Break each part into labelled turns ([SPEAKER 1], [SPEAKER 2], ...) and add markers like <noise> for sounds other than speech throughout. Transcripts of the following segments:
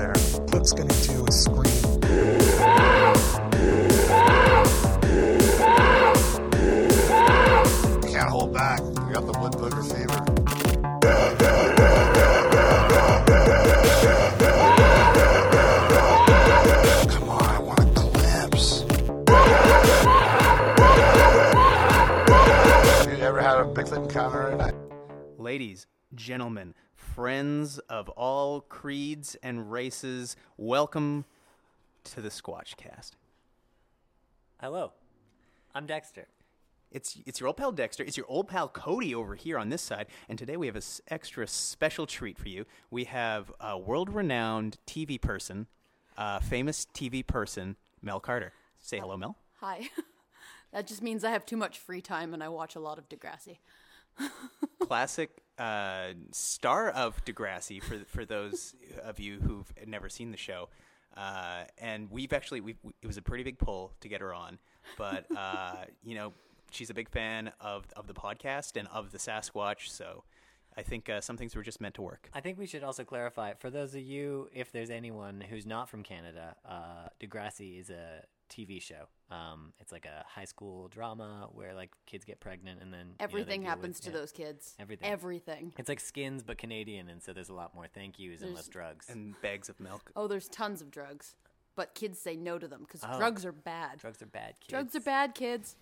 [SPEAKER 1] dog's gonna do is scream.
[SPEAKER 2] You can't hold back. You got the wood booger fever. Come on, I want a glimpse. you ever had a Bigfoot encounter at night?
[SPEAKER 3] Ladies, gentlemen, friends of all creeds and races, welcome to the Squatchcast.
[SPEAKER 4] Hello, I'm Dexter.
[SPEAKER 3] It's it's your old pal Dexter. It's your old pal Cody over here on this side, and today we have an extra special treat for you. We have a world-renowned TV person, uh, famous TV person, Mel Carter. Say hello, Mel.
[SPEAKER 5] Hi. <laughs> that just means I have too much free time and I watch a lot of Degrassi.
[SPEAKER 3] Classic uh, star of Degrassi for for those of you who've never seen the show. Uh, and we've actually we it was a pretty big pull to get her on, but uh, you know she's a big fan of of the podcast and of the Sasquatch, so I think uh, some things were just meant to work.
[SPEAKER 4] I think we should also clarify for those of you, if there's anyone who's not from Canada, uh, Degrassi is a TV show. Um, it's like a high school drama where like kids get pregnant and then you know, they
[SPEAKER 5] Everything
[SPEAKER 4] deal with-
[SPEAKER 5] happens to
[SPEAKER 4] yeah.
[SPEAKER 5] those kids.
[SPEAKER 4] Everything.
[SPEAKER 5] Everything.
[SPEAKER 4] It's like Skins but Canadian, and so there's a lot more thank yous and less drugs.
[SPEAKER 3] And bags of milk.
[SPEAKER 5] Oh, there's tons of drugs. But kids say no to them because
[SPEAKER 4] Oh.
[SPEAKER 5] drugs are bad.
[SPEAKER 4] drugs are bad. Kids.
[SPEAKER 5] Drugs are bad, kids.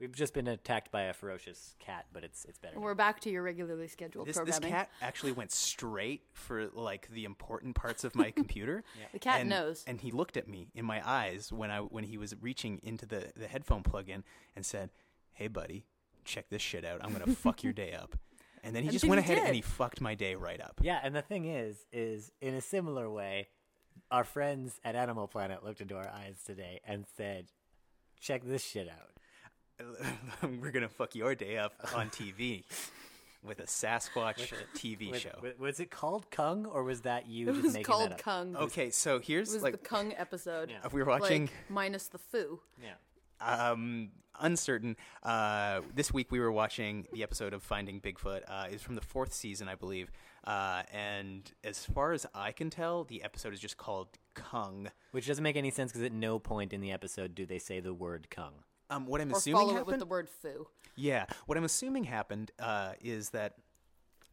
[SPEAKER 4] We've just been attacked by a ferocious cat, but it's it's better.
[SPEAKER 5] And we're back to your regularly scheduled
[SPEAKER 3] This, this
[SPEAKER 5] programming. <laughs>
[SPEAKER 3] cat actually went straight for like the important parts of my
[SPEAKER 5] <laughs>
[SPEAKER 3] computer.
[SPEAKER 5] The cat
[SPEAKER 3] and,
[SPEAKER 5] knows.
[SPEAKER 3] And he looked at me in my eyes when I when he was reaching into the the headphone plug-in and said, "Hey, buddy, check this shit out.
[SPEAKER 5] <laughs>
[SPEAKER 3] I'm gonna fuck your day up." And then he
[SPEAKER 5] And
[SPEAKER 3] just
[SPEAKER 5] then
[SPEAKER 3] went
[SPEAKER 5] he
[SPEAKER 3] ahead
[SPEAKER 5] did.
[SPEAKER 3] and he fucked my day right up.
[SPEAKER 4] Yeah, and the thing is, is in a similar way, our friends at Animal Planet looked into our eyes today and said, "Check this shit out."
[SPEAKER 3] <laughs> We're gonna fuck your day up
[SPEAKER 5] <laughs>
[SPEAKER 3] on TV with a Sasquatch TV
[SPEAKER 4] With-
[SPEAKER 3] show.
[SPEAKER 4] with- was it called Kung, or was that you
[SPEAKER 5] it
[SPEAKER 4] just
[SPEAKER 5] was
[SPEAKER 4] making
[SPEAKER 5] called
[SPEAKER 4] that up? Oh,
[SPEAKER 5] Kung.
[SPEAKER 3] okay, so
[SPEAKER 5] It
[SPEAKER 3] here's
[SPEAKER 5] was
[SPEAKER 3] like
[SPEAKER 5] the Kung episode.
[SPEAKER 4] Yeah.
[SPEAKER 3] we were watching.
[SPEAKER 5] Like, minus the foo.
[SPEAKER 4] Yeah.
[SPEAKER 3] um, uncertain. Uh, this week we were watching the episode of Finding Bigfoot. Uh, it's from the fourth season, I believe. Uh, and as far as I can tell, the episode is just called Kung.
[SPEAKER 4] Which doesn't make any sense because at no point in the episode do they say the word Kung.
[SPEAKER 3] Um, what I'm
[SPEAKER 5] Or
[SPEAKER 3] assuming
[SPEAKER 5] follow it with
[SPEAKER 3] happened.
[SPEAKER 5] the word foo.
[SPEAKER 3] yeah, what I'm assuming happened uh, is that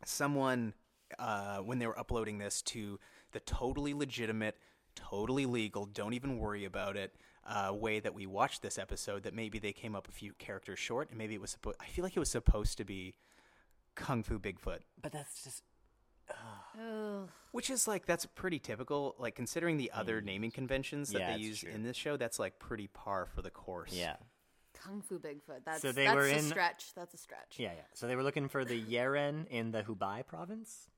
[SPEAKER 3] someone, uh, when they were uploading this to the totally legitimate, totally legal, don't even worry about it uh, way that we watched this episode, that maybe they came up a few characters short, and maybe it was supposed. I feel like it was supposed to be Kung Fu Bigfoot,
[SPEAKER 4] But that's just
[SPEAKER 3] which is like that's pretty typical. Like considering the other naming conventions that
[SPEAKER 4] Hmm. Yeah,
[SPEAKER 3] they
[SPEAKER 4] it's
[SPEAKER 3] use
[SPEAKER 4] true.
[SPEAKER 3] in this show, that's like pretty par for the course.
[SPEAKER 4] yeah,
[SPEAKER 5] Kung Fu Bigfoot. That's,
[SPEAKER 4] So they
[SPEAKER 5] that's
[SPEAKER 4] were
[SPEAKER 5] a
[SPEAKER 4] in-
[SPEAKER 5] stretch. That's a stretch.
[SPEAKER 4] yeah, yeah. So they were looking for the Yeren in the Hubei province.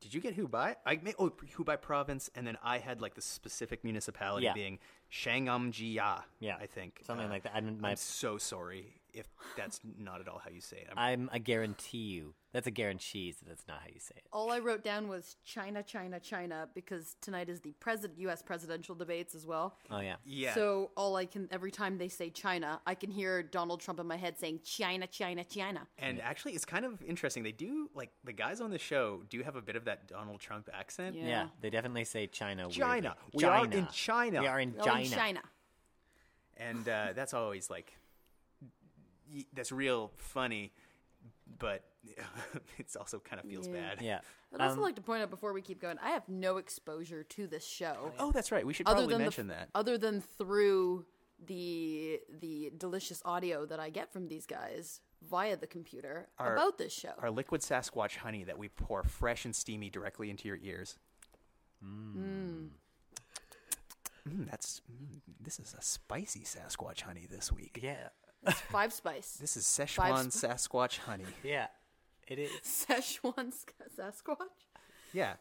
[SPEAKER 3] Did you get Hubei? I made oh Hubei province, and then I had like the specific municipality
[SPEAKER 4] Yeah.
[SPEAKER 3] being Shangamjia.
[SPEAKER 4] Yeah,
[SPEAKER 3] I think Uh,
[SPEAKER 4] something like that. uh, I'm, my,
[SPEAKER 3] I'm so sorry if that's not at all how you say it. I'm,
[SPEAKER 4] I'm a guarantee you. That's a guarantee that that's not how you say it.
[SPEAKER 5] All I wrote down was China, China, China, because tonight is the president, U.S. presidential debates as well.
[SPEAKER 4] Oh yeah.
[SPEAKER 3] Uh, yeah,
[SPEAKER 5] So all I can every time they say China, I can hear Donald Trump in my head saying China, China, China.
[SPEAKER 3] and actually, it's kind of interesting. They do like the guys on the show do have a bit of that Donald Trump accent.
[SPEAKER 4] Yeah.
[SPEAKER 5] Yeah.
[SPEAKER 4] they definitely say China. weirdly.
[SPEAKER 3] China. We are in China.
[SPEAKER 4] We are in
[SPEAKER 5] Oh,
[SPEAKER 4] China.
[SPEAKER 5] in China.
[SPEAKER 3] and uh, that's always like y- that's real funny, but <laughs> it's also kind of feels bad.
[SPEAKER 4] Yeah. Um,
[SPEAKER 5] I'd
[SPEAKER 3] Um,
[SPEAKER 5] also like to point out before we keep going, I have no exposure to this show
[SPEAKER 3] Oh, that's right. We should
[SPEAKER 5] other
[SPEAKER 3] probably
[SPEAKER 5] than the-
[SPEAKER 3] mention that.
[SPEAKER 5] Other than through the the delicious audio that I get from these guys via the computer
[SPEAKER 3] Our-
[SPEAKER 5] about this show.
[SPEAKER 3] our liquid Sasquatch honey that we pour fresh and steamy directly into your ears. Mm. that's mm, this is a spicy Sasquatch honey this week.
[SPEAKER 4] Yeah.
[SPEAKER 5] Five Spice.
[SPEAKER 3] This is Szechuan
[SPEAKER 5] sp-
[SPEAKER 3] Sasquatch honey.
[SPEAKER 4] Yeah. It is.
[SPEAKER 5] <laughs> Szechuan Sasquatch.
[SPEAKER 3] Yeah,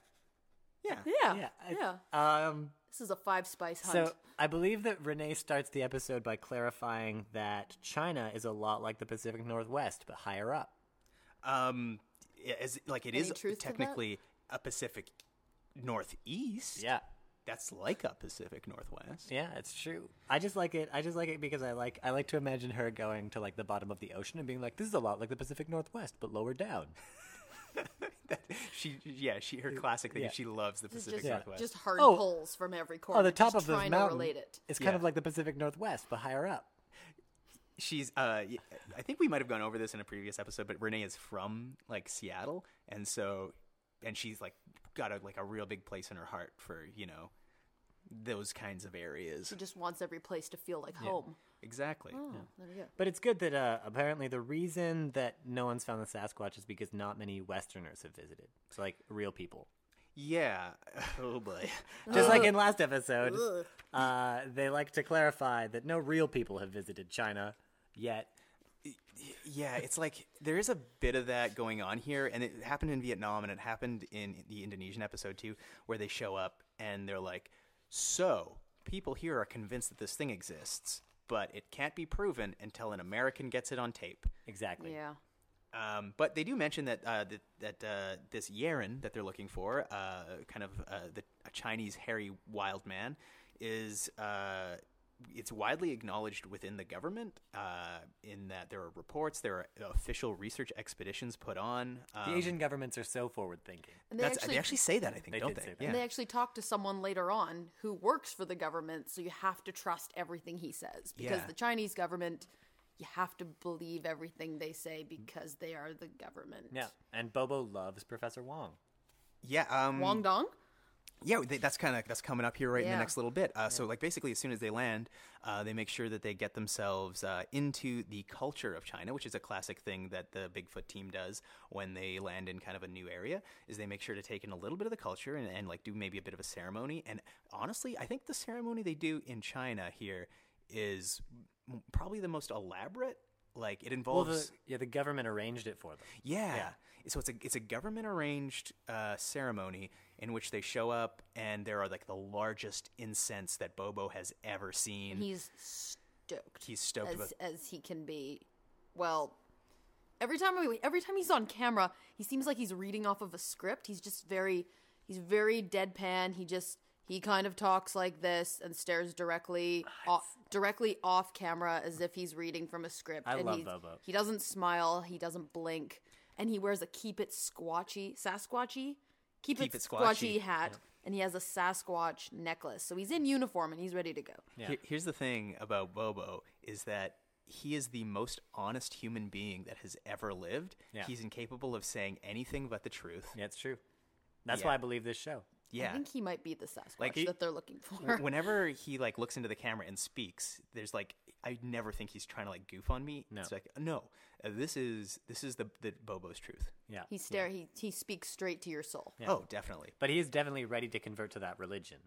[SPEAKER 3] yeah.
[SPEAKER 5] Yeah,
[SPEAKER 4] Yeah. I-
[SPEAKER 5] yeah.
[SPEAKER 4] Um.
[SPEAKER 5] This is a five spice hunt.
[SPEAKER 4] So I believe that Renee starts the episode by clarifying that China is a lot like the Pacific Northwest, but higher up.
[SPEAKER 3] Um, i- as like it
[SPEAKER 5] Any
[SPEAKER 3] is
[SPEAKER 5] truth to that?
[SPEAKER 3] technically a Pacific Northeast.
[SPEAKER 4] Yeah.
[SPEAKER 3] that's like a Pacific
[SPEAKER 5] <laughs>
[SPEAKER 3] Northwest.
[SPEAKER 4] Yeah, it's true. I just like it. I just like it because I like I like to imagine her going to like the bottom of the ocean and being like, "This is a lot like the Pacific Northwest, but lower down."
[SPEAKER 3] she, yeah, she her classic thing.
[SPEAKER 1] yeah.
[SPEAKER 3] is She loves the
[SPEAKER 5] This
[SPEAKER 3] Pacific
[SPEAKER 5] is just,
[SPEAKER 3] Northwest.
[SPEAKER 5] just hard
[SPEAKER 4] Oh.
[SPEAKER 5] pulls from every corner.
[SPEAKER 1] Oh, the top
[SPEAKER 5] just
[SPEAKER 1] of this
[SPEAKER 5] trying
[SPEAKER 1] mountain.
[SPEAKER 5] To relate it.
[SPEAKER 1] It's kind of
[SPEAKER 3] Yeah.
[SPEAKER 1] like the Pacific Northwest, but higher up.
[SPEAKER 3] she's uh y- i think we might have gone over this in a previous episode but renee is from like seattle and so and she's like got a like a real big place in her heart for you know those kinds of areas
[SPEAKER 5] She just wants every place to feel like home.
[SPEAKER 3] exactly
[SPEAKER 5] Oh, there we go.
[SPEAKER 4] But it's good that uh, apparently the reason that no one's found the Sasquatch is because not many Westerners have visited. So like real people.
[SPEAKER 3] yeah <laughs> oh boy
[SPEAKER 4] Just like in last episode, uh, they like to clarify that no real people have visited China yet.
[SPEAKER 3] yeah it's like there is a bit of that going on here and it happened in vietnam and it happened in the indonesian episode too where they show up and they're like so people here are convinced that this thing exists but it can't be proven until an american gets it on tape
[SPEAKER 4] Exactly.
[SPEAKER 5] Yeah.
[SPEAKER 3] Um, but they do mention that uh, that, that uh, this Yaren that they're looking for, uh, kind of uh, the, a Chinese hairy wild man, is uh, it's widely acknowledged within the government uh, in that there are reports, there are official research expeditions put on.
[SPEAKER 4] The
[SPEAKER 3] Um,
[SPEAKER 4] Asian governments are so forward thinking.
[SPEAKER 5] And they
[SPEAKER 3] that's,
[SPEAKER 5] actually,
[SPEAKER 3] they actually say that I think
[SPEAKER 4] They
[SPEAKER 3] don't
[SPEAKER 4] did
[SPEAKER 3] they?
[SPEAKER 4] say that.
[SPEAKER 3] Yeah.
[SPEAKER 5] and they actually talk to someone later on who works for the government, so you have to trust everything he says because
[SPEAKER 3] Yeah.
[SPEAKER 5] the Chinese government, you have to believe everything they say because they are the government.
[SPEAKER 4] Yeah. And Bobo loves Professor Wong.
[SPEAKER 3] yeah. Um,
[SPEAKER 5] Wong Dong.
[SPEAKER 3] Yeah, they, that's kind of that's coming up here right in
[SPEAKER 5] Yeah.
[SPEAKER 3] the next little bit. Uh, So, like, basically, as soon as they land, uh, they make sure that they get themselves uh, into the culture of China, which is a classic thing that the Bigfoot team does when they land in kind of a new area. Is they make sure to take in a little bit of the culture and, and like do maybe a bit of a ceremony. And honestly, I think the ceremony they do in China here is m- probably the most elaborate. Like, it
[SPEAKER 4] Well,
[SPEAKER 3] involves
[SPEAKER 4] the, yeah, the government arranged it for them.
[SPEAKER 3] yeah. So it's a it's a government arranged uh, ceremony in which they show up and there are like the largest incense that Bobo has ever seen.
[SPEAKER 5] He's stoked.
[SPEAKER 3] He's stoked
[SPEAKER 5] as,
[SPEAKER 3] about-
[SPEAKER 5] as he can be. Well, every time we, every time he's on camera, he seems like he's reading off of a script. He's just very he's very deadpan. He just he kind of talks like this and stares directly off, directly off camera as if he's reading from a script.
[SPEAKER 4] I
[SPEAKER 5] and
[SPEAKER 4] love
[SPEAKER 5] he's-
[SPEAKER 4] Bobo.
[SPEAKER 5] He doesn't smile. He doesn't blink, and he wears a keep it squatchy sasquatchy keep,
[SPEAKER 3] Keep
[SPEAKER 5] it,
[SPEAKER 3] it
[SPEAKER 5] squatchy,
[SPEAKER 3] squatchy.
[SPEAKER 5] hat. And he has a Sasquatch necklace, so he's in uniform and he's ready to go.
[SPEAKER 3] Here- here's the thing about Bobo is that he is the most honest human being that has ever lived.
[SPEAKER 4] Yeah.
[SPEAKER 3] He's incapable of saying anything but the truth.
[SPEAKER 4] Yeah, it's true. That's
[SPEAKER 3] Yeah.
[SPEAKER 4] why I believe this show.
[SPEAKER 5] I
[SPEAKER 3] Yeah.
[SPEAKER 5] think he might be the Sasquatch
[SPEAKER 3] Like, he-
[SPEAKER 5] that they're looking for.
[SPEAKER 3] W- Whenever he like looks into the camera and speaks, there's like I never think he's trying to like goof on me.
[SPEAKER 4] No.
[SPEAKER 3] It's like no, uh, this is this is the, the Bobo's truth.
[SPEAKER 4] Yeah.
[SPEAKER 5] <laughs> He stare. He he speaks straight to your soul.
[SPEAKER 3] Oh, definitely.
[SPEAKER 4] But he is definitely ready to convert to that religion.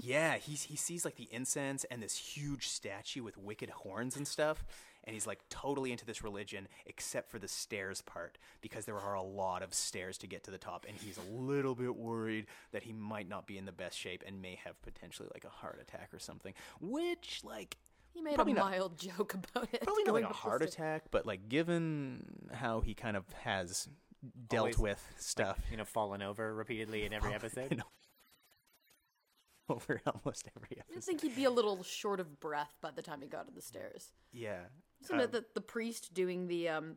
[SPEAKER 3] Yeah, he he sees like the incense and this huge statue with wicked horns and stuff, and he's like totally into this religion except for the stairs part because there are a lot of stairs to get to the top, and he's a little bit worried that he might not be in the best shape and may have potentially like a heart attack or something, which like.
[SPEAKER 5] He made
[SPEAKER 3] Probably
[SPEAKER 5] a
[SPEAKER 3] not-
[SPEAKER 5] mild <laughs> joke about it.
[SPEAKER 3] Probably not like
[SPEAKER 5] going
[SPEAKER 3] a
[SPEAKER 5] with the
[SPEAKER 3] heart
[SPEAKER 5] sta-
[SPEAKER 3] attack, but like given how he kind of has dealt
[SPEAKER 4] Always,
[SPEAKER 3] with
[SPEAKER 5] <laughs>
[SPEAKER 3] stuff <laughs>
[SPEAKER 4] You know, fallen over repeatedly in every episode.
[SPEAKER 3] know. over almost every
[SPEAKER 5] I
[SPEAKER 3] episode.
[SPEAKER 5] think he'd be a little short of breath by the time he got to the stairs.
[SPEAKER 3] Yeah. Um,
[SPEAKER 5] Isn't it that the priest doing the um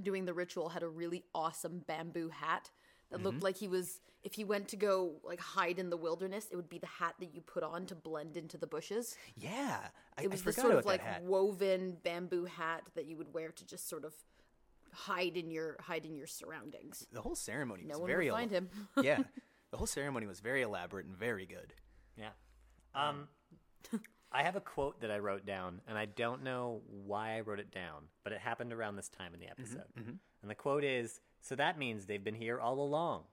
[SPEAKER 5] doing the ritual had a really awesome bamboo hat that
[SPEAKER 3] Mm-hmm.
[SPEAKER 5] looked like he was if he went to go like hide in the wilderness, it would be the hat that you put on to blend into the bushes.
[SPEAKER 3] Yeah. I,
[SPEAKER 5] It was
[SPEAKER 3] I
[SPEAKER 5] the
[SPEAKER 3] forgot
[SPEAKER 5] sort
[SPEAKER 3] about
[SPEAKER 5] of like
[SPEAKER 3] that hat.
[SPEAKER 5] woven bamboo hat that you would wear to just sort of hide in your hide in your surroundings.
[SPEAKER 3] the whole ceremony
[SPEAKER 5] No
[SPEAKER 3] was
[SPEAKER 5] one
[SPEAKER 3] very
[SPEAKER 5] would find
[SPEAKER 3] ela-
[SPEAKER 5] him.
[SPEAKER 3] <laughs>
[SPEAKER 5] <laughs>
[SPEAKER 3] yeah, the whole ceremony was very elaborate and very good.
[SPEAKER 4] Yeah. Um, <laughs> I have a quote that I wrote down, and I don't know why I wrote it down, but it happened around this time in the episode. And the quote is So that means they've been here all along.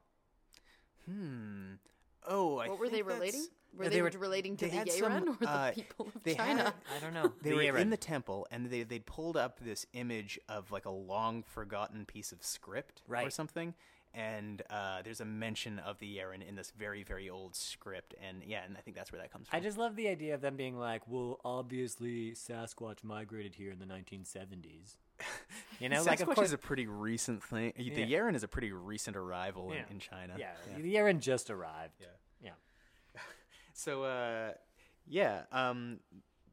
[SPEAKER 3] Oh, I
[SPEAKER 5] What were they
[SPEAKER 3] think
[SPEAKER 5] relating?
[SPEAKER 3] that's-
[SPEAKER 5] Were
[SPEAKER 3] Yeah,
[SPEAKER 5] they, relating to
[SPEAKER 3] they
[SPEAKER 5] the
[SPEAKER 3] had some,
[SPEAKER 5] Yeren or the
[SPEAKER 3] uh,
[SPEAKER 5] people of
[SPEAKER 3] they
[SPEAKER 5] China?
[SPEAKER 3] had-
[SPEAKER 4] I don't know.
[SPEAKER 3] they
[SPEAKER 4] The
[SPEAKER 3] were in
[SPEAKER 4] Aaron.
[SPEAKER 3] the temple, and they they pulled up this image of like a long forgotten piece of script or
[SPEAKER 4] Right.
[SPEAKER 3] something. And uh, there's a mention of the Yeren in this very very old script, and yeah, and I think that's where that comes from.
[SPEAKER 4] I just love the idea of them being like, well, obviously Sasquatch migrated here in the 1970s. You know,
[SPEAKER 3] Sasquatch
[SPEAKER 4] like, of course,
[SPEAKER 3] is a pretty recent thing. The
[SPEAKER 4] Yeah.
[SPEAKER 3] Yeren is a pretty recent arrival in, in China.
[SPEAKER 4] Yeah, the Aaron just arrived. Yeah. Yeah.
[SPEAKER 3] So, uh, yeah, um,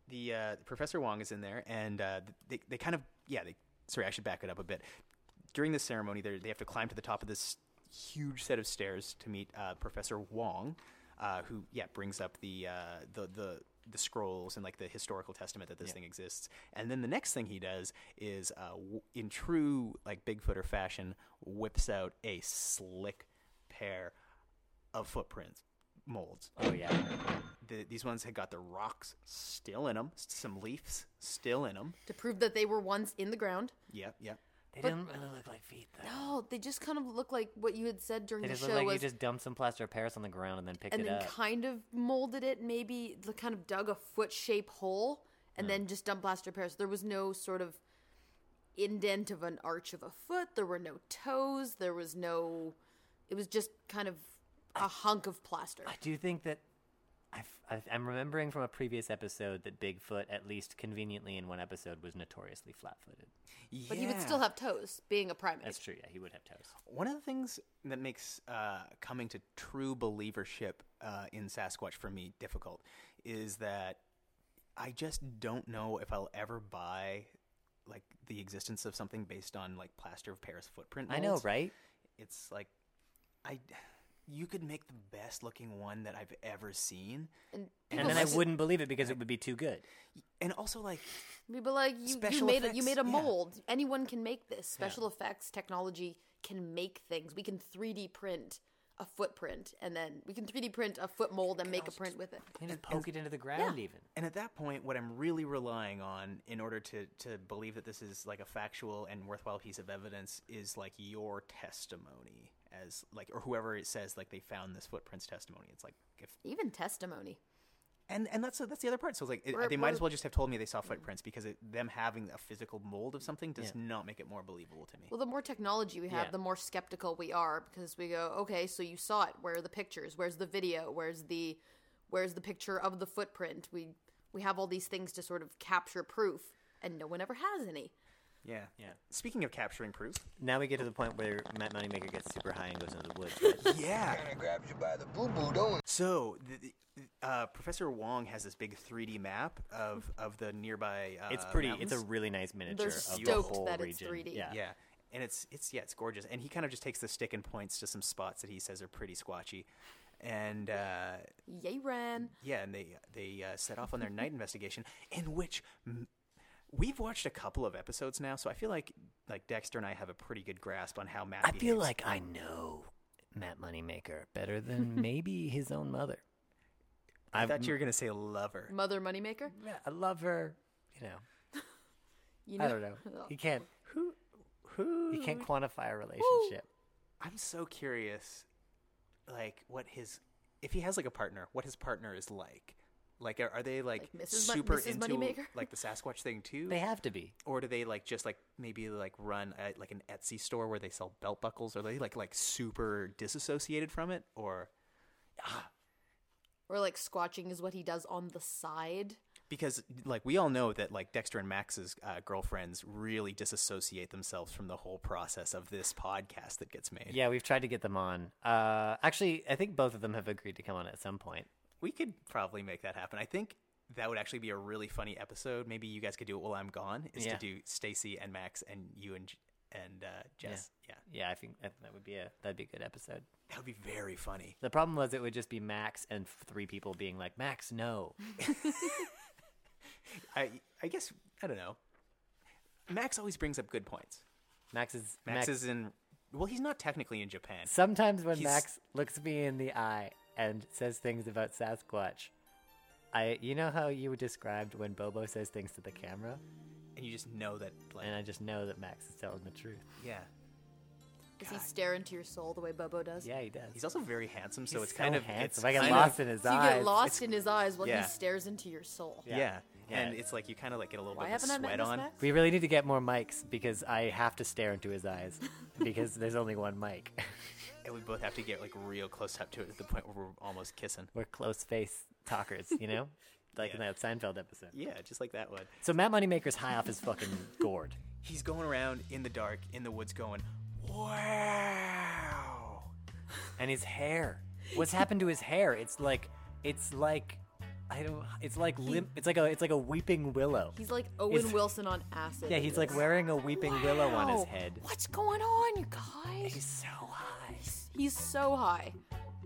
[SPEAKER 3] the uh, Professor Wong is in there, and uh, they they kind of yeah. They, sorry, I should back it up a bit. during this ceremony, they're- they have to climb to the top of this huge set of stairs to meet uh, Professor Wong, uh, who yeah brings up the uh, the the the scrolls and like the historical testament that this thing exists. And then the next thing he does is, uh, w- in true like Bigfooter fashion, whips out a slick pair of footprints molds.
[SPEAKER 4] Oh yeah.
[SPEAKER 3] The, these ones had got the rocks still in them, some leaves still in them.
[SPEAKER 5] to prove that they were once in the ground.
[SPEAKER 3] Yep, yep.
[SPEAKER 4] They didn't really look like feet though.
[SPEAKER 5] Oh, they just kind of look like what you had said during
[SPEAKER 4] They
[SPEAKER 5] the
[SPEAKER 4] just
[SPEAKER 5] show
[SPEAKER 4] looked like
[SPEAKER 5] was,
[SPEAKER 4] you just dumped some plaster of Paris on the ground and then picked
[SPEAKER 5] and
[SPEAKER 4] it
[SPEAKER 5] then
[SPEAKER 4] up.
[SPEAKER 5] kind of molded it, maybe the kind of dug a foot shape hole, and then just dumped plaster Paris. There was no sort of indent of an arch of a foot. There were no toes. There was no. It was just kind of a hunk of plaster.
[SPEAKER 4] I do think that I've, i I'm remembering from a previous episode that Bigfoot, at least conveniently in one episode, was notoriously flat-footed.
[SPEAKER 5] but he would still have toes, being a primate.
[SPEAKER 4] That's true. Yeah, he would have toes.
[SPEAKER 3] One of the things that makes uh, coming to true believership uh, in Sasquatch for me difficult is that I just don't know if I'll ever buy like the existence of something based on like plaster of Paris footprint.
[SPEAKER 4] I know,
[SPEAKER 3] molds.
[SPEAKER 4] right?
[SPEAKER 3] It's like I, you could make the best looking one that I've ever seen,
[SPEAKER 5] And
[SPEAKER 4] And
[SPEAKER 5] people
[SPEAKER 4] then I
[SPEAKER 5] like-
[SPEAKER 4] wouldn't believe it because it would be too good.
[SPEAKER 3] and also like
[SPEAKER 5] We'd be like, you, you
[SPEAKER 3] Special
[SPEAKER 5] made a, you
[SPEAKER 3] effects,
[SPEAKER 5] made a
[SPEAKER 3] yeah.
[SPEAKER 5] mold. Anyone can make this. Special effects technology can make things. We can 3D print a footprint, and then we can 3D print a foot mold and make a print with it.
[SPEAKER 4] You can just poke it into the ground, even.
[SPEAKER 3] And at that point, what I'm really relying on in order to, to believe that this is like a factual and worthwhile piece of evidence is like your testimony as like or whoever it says like they found this footprints testimony. It's like if
[SPEAKER 5] Even testimony.
[SPEAKER 3] and and that's that's the other part. So it's like it,
[SPEAKER 5] We're-
[SPEAKER 3] they might as
[SPEAKER 5] we're-
[SPEAKER 3] well just have told me they saw footprints because it, them having a physical mold of something does not make it more believable to me.
[SPEAKER 5] Well, the more technology we have,
[SPEAKER 4] Yeah.
[SPEAKER 5] the more skeptical we are because we go, okay, so you saw it. Where are the pictures? Where's the video? Where's the where's the picture of the footprint? We we have all these things to sort of capture proof, and no one ever has any.
[SPEAKER 3] yeah, yeah. Speaking of capturing proof,
[SPEAKER 4] Now we get to the point where Matt Moneymaker gets super high and goes into the woods. <laughs> right?
[SPEAKER 3] <laughs> yeah.
[SPEAKER 2] Grabs you by the boo boo, don't
[SPEAKER 3] So the, the, uh, Professor Wong has this big 3D map of of the nearby. Uh,
[SPEAKER 4] it's pretty. It's a
[SPEAKER 3] mountains.
[SPEAKER 4] really nice miniature
[SPEAKER 5] They're
[SPEAKER 4] of the
[SPEAKER 5] stoked
[SPEAKER 4] whole
[SPEAKER 5] that it's
[SPEAKER 4] region.
[SPEAKER 5] 3D.
[SPEAKER 4] Yeah.
[SPEAKER 3] Yeah. And it's it's yeah, it's gorgeous. And he kind of just takes the stick and points to some spots that he says are pretty squatchy. And uh,
[SPEAKER 5] Yay, Ren.
[SPEAKER 3] yeah, and they they uh, set off on their
[SPEAKER 4] <laughs>
[SPEAKER 3] night investigation, in which m- we've watched a couple of episodes now, so I feel like like Dexter and I have a pretty good grasp on how Matt.
[SPEAKER 4] I feel
[SPEAKER 3] behaves.
[SPEAKER 4] like I know Matt Moneymaker better <laughs> than maybe his own mother.
[SPEAKER 3] I thought you were gonna say lover.
[SPEAKER 5] Mother Moneymaker.
[SPEAKER 4] I love her. You know,
[SPEAKER 5] You Oh.
[SPEAKER 4] I
[SPEAKER 5] <laughs>
[SPEAKER 4] don't know. You can't. Who? Who? You can't quantify a relationship.
[SPEAKER 3] I'm so curious, like what his if he has like a partner, what his partner is like. Like, are, are they like,
[SPEAKER 5] Like Mrs. Mon-
[SPEAKER 3] super
[SPEAKER 5] Mrs.
[SPEAKER 3] into
[SPEAKER 5] Moneymaker?
[SPEAKER 3] like the Sasquatch
[SPEAKER 4] <laughs>
[SPEAKER 3] thing too?
[SPEAKER 4] They have to be.
[SPEAKER 3] or do they like just like maybe like run a, like an Etsy store where they sell belt buckles? Are they like like super disassociated from it? Or
[SPEAKER 5] Or like squatching is what he does on the side.
[SPEAKER 3] because like we all know that like Dexter and Max's uh, girlfriends really disassociate themselves from the whole process of this podcast that gets made.
[SPEAKER 4] Yeah, we've tried to get them on. Uh, actually, I think both of them have agreed to come on at some point.
[SPEAKER 3] We could probably make that happen. I think that would actually be a really funny episode. Maybe you guys could do it while I'm gone. Is
[SPEAKER 4] Yeah.
[SPEAKER 3] to do Stacy and Max and you and J- and uh, Jess. Yeah.
[SPEAKER 4] Yeah, I think that, that would be a that'd be a good episode.
[SPEAKER 3] that would be very funny.
[SPEAKER 4] The problem was it would just be Max and f- three people being like, Max, no.
[SPEAKER 3] I I guess I don't know. Max always brings up good points.
[SPEAKER 4] Max is
[SPEAKER 3] Max, is in. Well, he's not technically in Japan.
[SPEAKER 4] Sometimes when
[SPEAKER 3] He's-
[SPEAKER 4] Max looks me in the eye and says things about Sasquatch, I you know how you described when Bobo says things to the camera,
[SPEAKER 3] and you just know that, like,
[SPEAKER 4] and I just know that Max is telling the truth.
[SPEAKER 3] yeah.
[SPEAKER 5] Does he stare into your soul the way Bobo does?
[SPEAKER 4] Yeah, he does.
[SPEAKER 3] He's also very handsome, so
[SPEAKER 4] He's
[SPEAKER 3] it's kind of It's
[SPEAKER 4] handsome. I get
[SPEAKER 3] kind Of,
[SPEAKER 4] lost in his
[SPEAKER 5] So you
[SPEAKER 4] eyes.
[SPEAKER 5] get lost in his eyes while
[SPEAKER 3] yeah.
[SPEAKER 5] he stares into your soul.
[SPEAKER 3] yeah.
[SPEAKER 4] Yeah.
[SPEAKER 3] and it's like you kind of like get a little
[SPEAKER 5] Why
[SPEAKER 3] bit of
[SPEAKER 5] haven't I met
[SPEAKER 3] sweat
[SPEAKER 5] this
[SPEAKER 3] on.
[SPEAKER 5] Max?
[SPEAKER 4] We really need to get more mics because I have to stare into his eyes because there's only one mic. <laughs>
[SPEAKER 3] And we both have to get like real close up to it at the point where we're almost kissing.
[SPEAKER 4] We're close face talkers, you know, like in
[SPEAKER 3] Yeah.
[SPEAKER 4] that Seinfeld episode.
[SPEAKER 3] Yeah, just like that one.
[SPEAKER 4] So Matt Moneymaker's high off his fucking gourd.
[SPEAKER 3] He's going around in the dark in the woods, going, "Wow."
[SPEAKER 4] and his hair. What's happened to his hair? It's like it's like I don't.
[SPEAKER 1] It's like lim- it's like a it's like a weeping willow.
[SPEAKER 5] He's like Owen
[SPEAKER 1] It's-
[SPEAKER 5] Wilson on acid.
[SPEAKER 4] Yeah, he's like wearing a weeping willow on his
[SPEAKER 5] Wow.
[SPEAKER 4] head.
[SPEAKER 5] What's going on, you guys?
[SPEAKER 1] He's so high.
[SPEAKER 5] He's so high.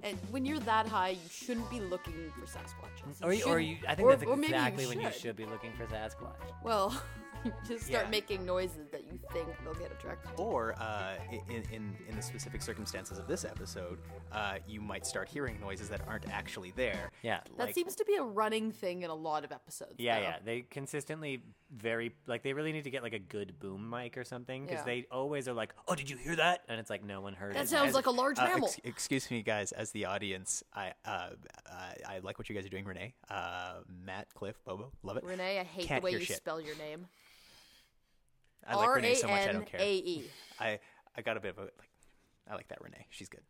[SPEAKER 5] And when you're that high, you shouldn't be looking for Sasquatches.
[SPEAKER 4] Or, you- or
[SPEAKER 5] shouldn't-
[SPEAKER 4] you, I think
[SPEAKER 5] or-
[SPEAKER 4] that's
[SPEAKER 5] or maybe
[SPEAKER 4] exactly when you should be looking for Sasquatch.
[SPEAKER 5] Well, <laughs> you just start
[SPEAKER 4] Yeah.
[SPEAKER 5] making noises that you think they'll get attracted to.
[SPEAKER 3] Or uh, i- in, in in the specific circumstances of this episode, uh, you might start hearing noises that aren't actually there.
[SPEAKER 4] Yeah.
[SPEAKER 5] That
[SPEAKER 3] like-
[SPEAKER 5] seems to be a running thing in a lot of episodes.
[SPEAKER 4] Yeah,
[SPEAKER 5] though.
[SPEAKER 4] yeah. They consistently very like they really need to get like a good boom mic or something because
[SPEAKER 5] Yeah.
[SPEAKER 4] they always are like, "Oh, did you hear that?" And it's like no one heard.
[SPEAKER 5] That
[SPEAKER 4] it.
[SPEAKER 5] sounds
[SPEAKER 4] As-
[SPEAKER 5] like a large
[SPEAKER 3] Uh,
[SPEAKER 5] mammal.
[SPEAKER 3] ex- excuse me, guys. As the audience, I uh, I, I like what you guys are doing, Renee, uh, Matt, Cliff, Bobo, love it.
[SPEAKER 5] Renee, I hate
[SPEAKER 3] Can't
[SPEAKER 5] the way
[SPEAKER 3] hear
[SPEAKER 5] you
[SPEAKER 3] shit.
[SPEAKER 5] spell your name.
[SPEAKER 3] I like
[SPEAKER 5] R
[SPEAKER 3] Renee
[SPEAKER 5] A
[SPEAKER 3] so much. I don't
[SPEAKER 5] N
[SPEAKER 3] care.
[SPEAKER 5] A E.
[SPEAKER 3] I I got a bit of a like. I like that Renee. She's good.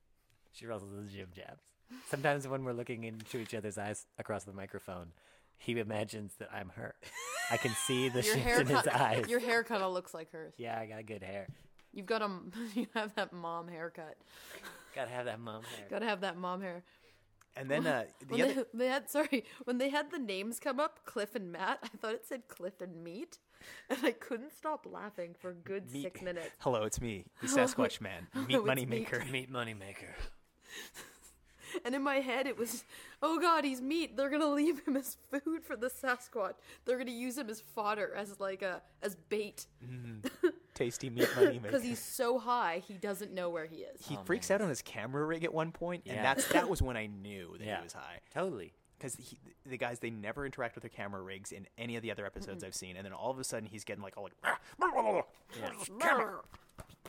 [SPEAKER 4] she rustles the jib jabs. Sometimes when we're looking into each other's eyes across the microphone, he imagines that I'm her. <laughs> I can see the
[SPEAKER 3] <laughs>
[SPEAKER 5] Your
[SPEAKER 4] shift
[SPEAKER 5] hair
[SPEAKER 4] in his eyes.
[SPEAKER 5] cut. Your hair kind of looks like hers.
[SPEAKER 4] Yeah, I got good hair.
[SPEAKER 5] You've got a. m- <laughs> You have that mom haircut.
[SPEAKER 4] Gotta have that mom hair.
[SPEAKER 5] Gotta have that mom hair.
[SPEAKER 3] And then uh,
[SPEAKER 5] When
[SPEAKER 3] the
[SPEAKER 5] they,
[SPEAKER 3] other
[SPEAKER 5] <laughs> they had sorry when they had the names come up, Cliff and Matt. I thought it said Cliff and Meat, <laughs> and I couldn't stop laughing for a good six minutes.
[SPEAKER 3] hello, it's me,
[SPEAKER 5] <laughs>
[SPEAKER 3] the Sasquatch Man, Meat
[SPEAKER 5] it's
[SPEAKER 3] Money
[SPEAKER 5] me.
[SPEAKER 3] Maker.
[SPEAKER 4] Meat moneymaker.
[SPEAKER 5] And in my head, it was, oh god, he's meat. They're gonna <laughs> leave him as food for the Sasquatch. They're gonna use him as fodder, as like a as bait,
[SPEAKER 3] Tasty Meat
[SPEAKER 5] <laughs>
[SPEAKER 3] Money Maker.
[SPEAKER 5] because he's so high he doesn't know where he is.
[SPEAKER 3] he freaks out on his camera rig at one point,
[SPEAKER 4] Oh, Yeah.
[SPEAKER 3] and that's that was when I knew that
[SPEAKER 4] Yeah.
[SPEAKER 3] he was high.
[SPEAKER 4] Totally.
[SPEAKER 3] because the guys they never interact with their camera rigs in any of the other episodes I've seen, and then all of a sudden he's getting like all like "Rah, rah, rah, <laughs> rah, rah, camera."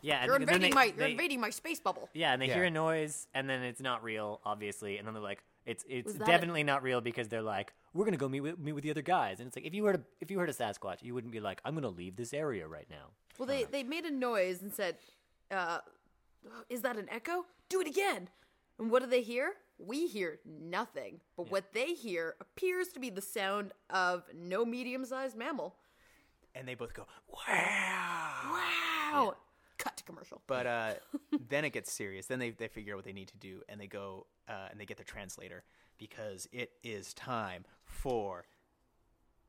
[SPEAKER 4] Yeah. and
[SPEAKER 5] You're
[SPEAKER 4] then they-
[SPEAKER 5] invading my you're
[SPEAKER 4] they-
[SPEAKER 5] invading my space bubble.
[SPEAKER 4] Yeah, and they
[SPEAKER 3] Yeah.
[SPEAKER 4] hear a noise, and then it's not real, obviously, and then they're like, "It's it's
[SPEAKER 5] Was that
[SPEAKER 4] definitely not real," because they're like, "We're gonna go meet with, meet with the other guys," and it's like, if you heard a, if you heard a Sasquatch, you wouldn't be like, "I'm gonna leave this area right now."
[SPEAKER 3] Oh.
[SPEAKER 5] Well, they they made a noise and said, uh, "Is that an echo? Do it again." And what do they hear? We hear nothing, but what they hear appears to be the sound of no medium-sized mammal.
[SPEAKER 3] and they both go wow.
[SPEAKER 5] Wow! Cut to commercial.
[SPEAKER 3] But uh, <laughs> then it gets serious. Then they they figure out what they need to do, and they go uh, and they get their translator because it is time for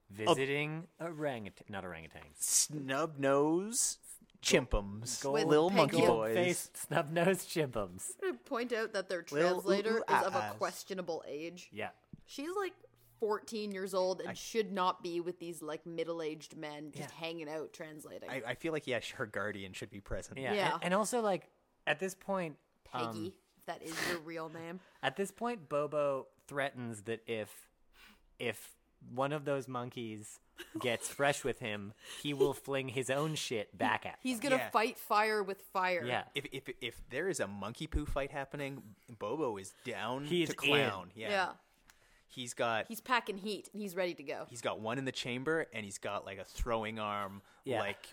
[SPEAKER 4] Visiting orangutan, not orangutans,
[SPEAKER 3] snub nose chimpums,
[SPEAKER 5] With
[SPEAKER 3] little monkey
[SPEAKER 5] pigtail
[SPEAKER 3] boys.
[SPEAKER 4] face snub nosed chimps.
[SPEAKER 5] I'm gonna point out that their
[SPEAKER 3] Lil- ooh,
[SPEAKER 5] translator
[SPEAKER 3] ooh,
[SPEAKER 5] is
[SPEAKER 3] ah,
[SPEAKER 5] of a
[SPEAKER 3] ahs.
[SPEAKER 5] questionable age.
[SPEAKER 4] Yeah,
[SPEAKER 5] She's like 14 years old and should not be with these like middle-aged men just hanging out translating.
[SPEAKER 3] I, I feel like yeah, her guardian should be present.
[SPEAKER 4] yeah,
[SPEAKER 5] Yeah.
[SPEAKER 4] And, and also like at this point,
[SPEAKER 5] Peggy,
[SPEAKER 4] um,
[SPEAKER 5] if that is your real
[SPEAKER 3] <laughs>
[SPEAKER 5] name.
[SPEAKER 4] At this point, Bobo threatens that if if one of those monkeys gets fresh with him, he will fling his own shit back at.
[SPEAKER 5] He's gonna
[SPEAKER 3] Yeah.
[SPEAKER 5] fight fire with fire.
[SPEAKER 4] them. yeah.
[SPEAKER 3] If, if if there is a monkey poo fight happening, Bobo is down
[SPEAKER 4] He's
[SPEAKER 3] to
[SPEAKER 4] in.
[SPEAKER 3] clown. Yeah.
[SPEAKER 5] Yeah.
[SPEAKER 3] he's got
[SPEAKER 5] He's packing heat and he's ready to go.
[SPEAKER 3] he's got one in the chamber and he's got like a throwing arm
[SPEAKER 4] Yeah.
[SPEAKER 3] like